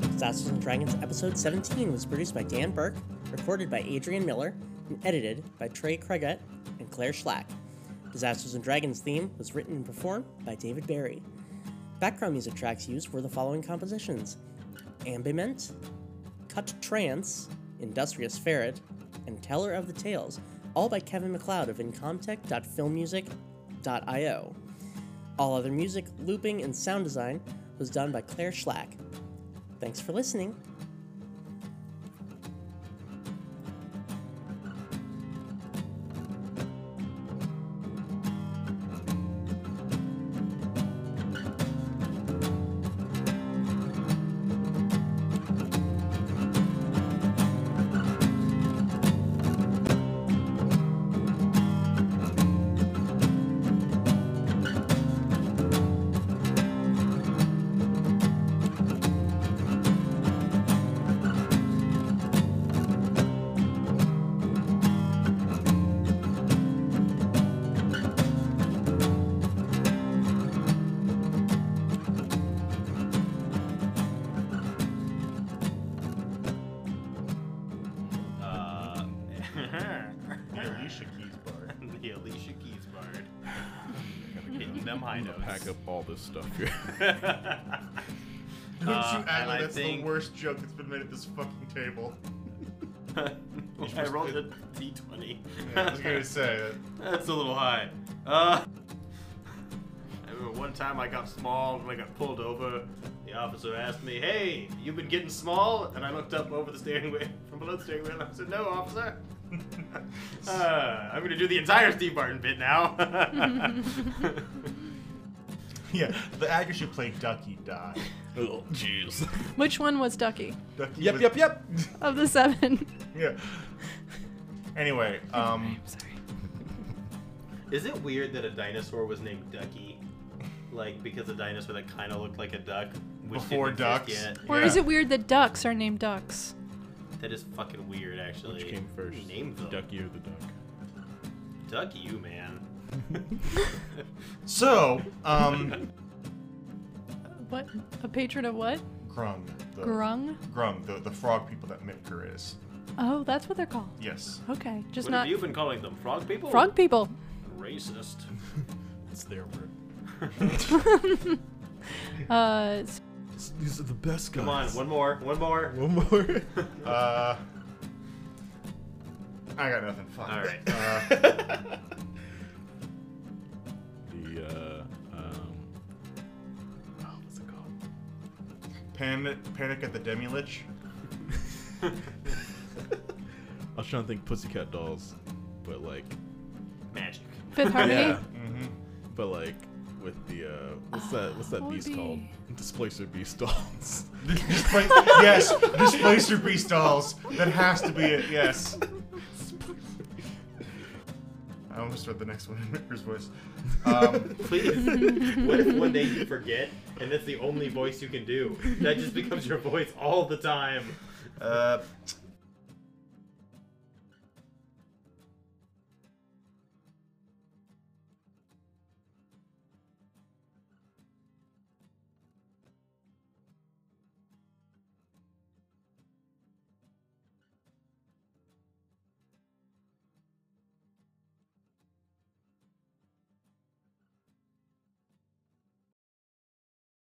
S1: Disasters and Dragons episode 17 was produced by Dan Burke, recorded by Adrian Miller, and edited by Trey Craigett and Claire Schlack. Disasters and Dragons theme was written and performed by David Barry. Background music tracks used were the following compositions Ambiment, Cut Trance, Industrious Ferret, and Teller of the Tales, all by Kevin McLeod of Incomtech.filmmusic.io. All other music, looping, and sound design was done by Claire Schlack. Thanks for listening.
S4: Uh,
S2: The Alicia Keys bar.
S4: the Alicia Keys bard. Hitting them high
S7: I'm gonna
S4: notes.
S7: pack up all this stuff here.
S2: Don't
S4: Uh,
S2: you act
S4: and
S2: like
S4: I
S2: that's
S4: think-
S2: the worst joke that's been made at this fucking table.
S4: I rolled a d20.
S2: Yeah, I was gonna say that.
S4: That's a little high. Uh, I remember one time I got small and I got pulled over. The officer asked me, "Hey, you been getting small?" And I looked up over the steering wheel from below the steering wheel and I said, "No, officer." uh, I'm gonna do the entire Steve Martin bit now.
S2: Yeah, the actor should play Ducky Die.
S7: oh jeez.
S3: Which one was Ducky?
S2: Ducky
S7: Yep,
S2: was-
S7: yep, yep.
S3: Of the seven.
S2: Yeah. Anyway, um,
S3: Sorry.
S4: Is it weird that a dinosaur was named Ducky? Like because a dinosaur that kind of looked like a duck. Which
S2: Before
S4: didn't exist
S2: ducks.
S4: yet.
S3: Or is
S2: Yeah.
S3: it weird that ducks are named ducks?
S4: That is fucking weird, actually.
S7: Which came
S4: Who
S7: first?
S4: Named them.
S7: the ducky or the duck?
S4: Duck you, man.
S2: so, um,
S3: What? A patron of what?
S2: Grung. The,
S3: Grung?
S2: Grung, the, the frog people that Mitker is.
S3: Oh, that's what they're called.
S2: Yes.
S3: Okay, just
S4: what
S3: not
S4: have you been calling them? Frog people?
S3: frog people.
S4: Racist.
S7: It's their word.
S3: Uh, s-
S7: These are the best guys.
S4: Come on, one more, one more.
S7: One more.
S2: Uh, I got nothing. Fuck.
S4: All right.
S2: Uh,
S7: the uh, um, oh, what's it called?
S2: Pan- Panic at the Demi Lich.
S7: I was trying to think Pussycat Dolls, but like,
S4: Magic.
S3: Fifth Harmony.
S7: yeah,
S2: Mm-hmm.
S7: but like
S5: with the uh, what's that? What's that
S3: what would
S5: beast called?
S3: be-
S5: Displacer beast dolls.
S2: Displace- yes, displacer beast dolls. That has to be it. Yes. I almost read the next one in Ricker's voice. Um,
S4: Please. what if one day you forget and that's the only voice you can do? That just becomes your voice all the time.
S2: uh,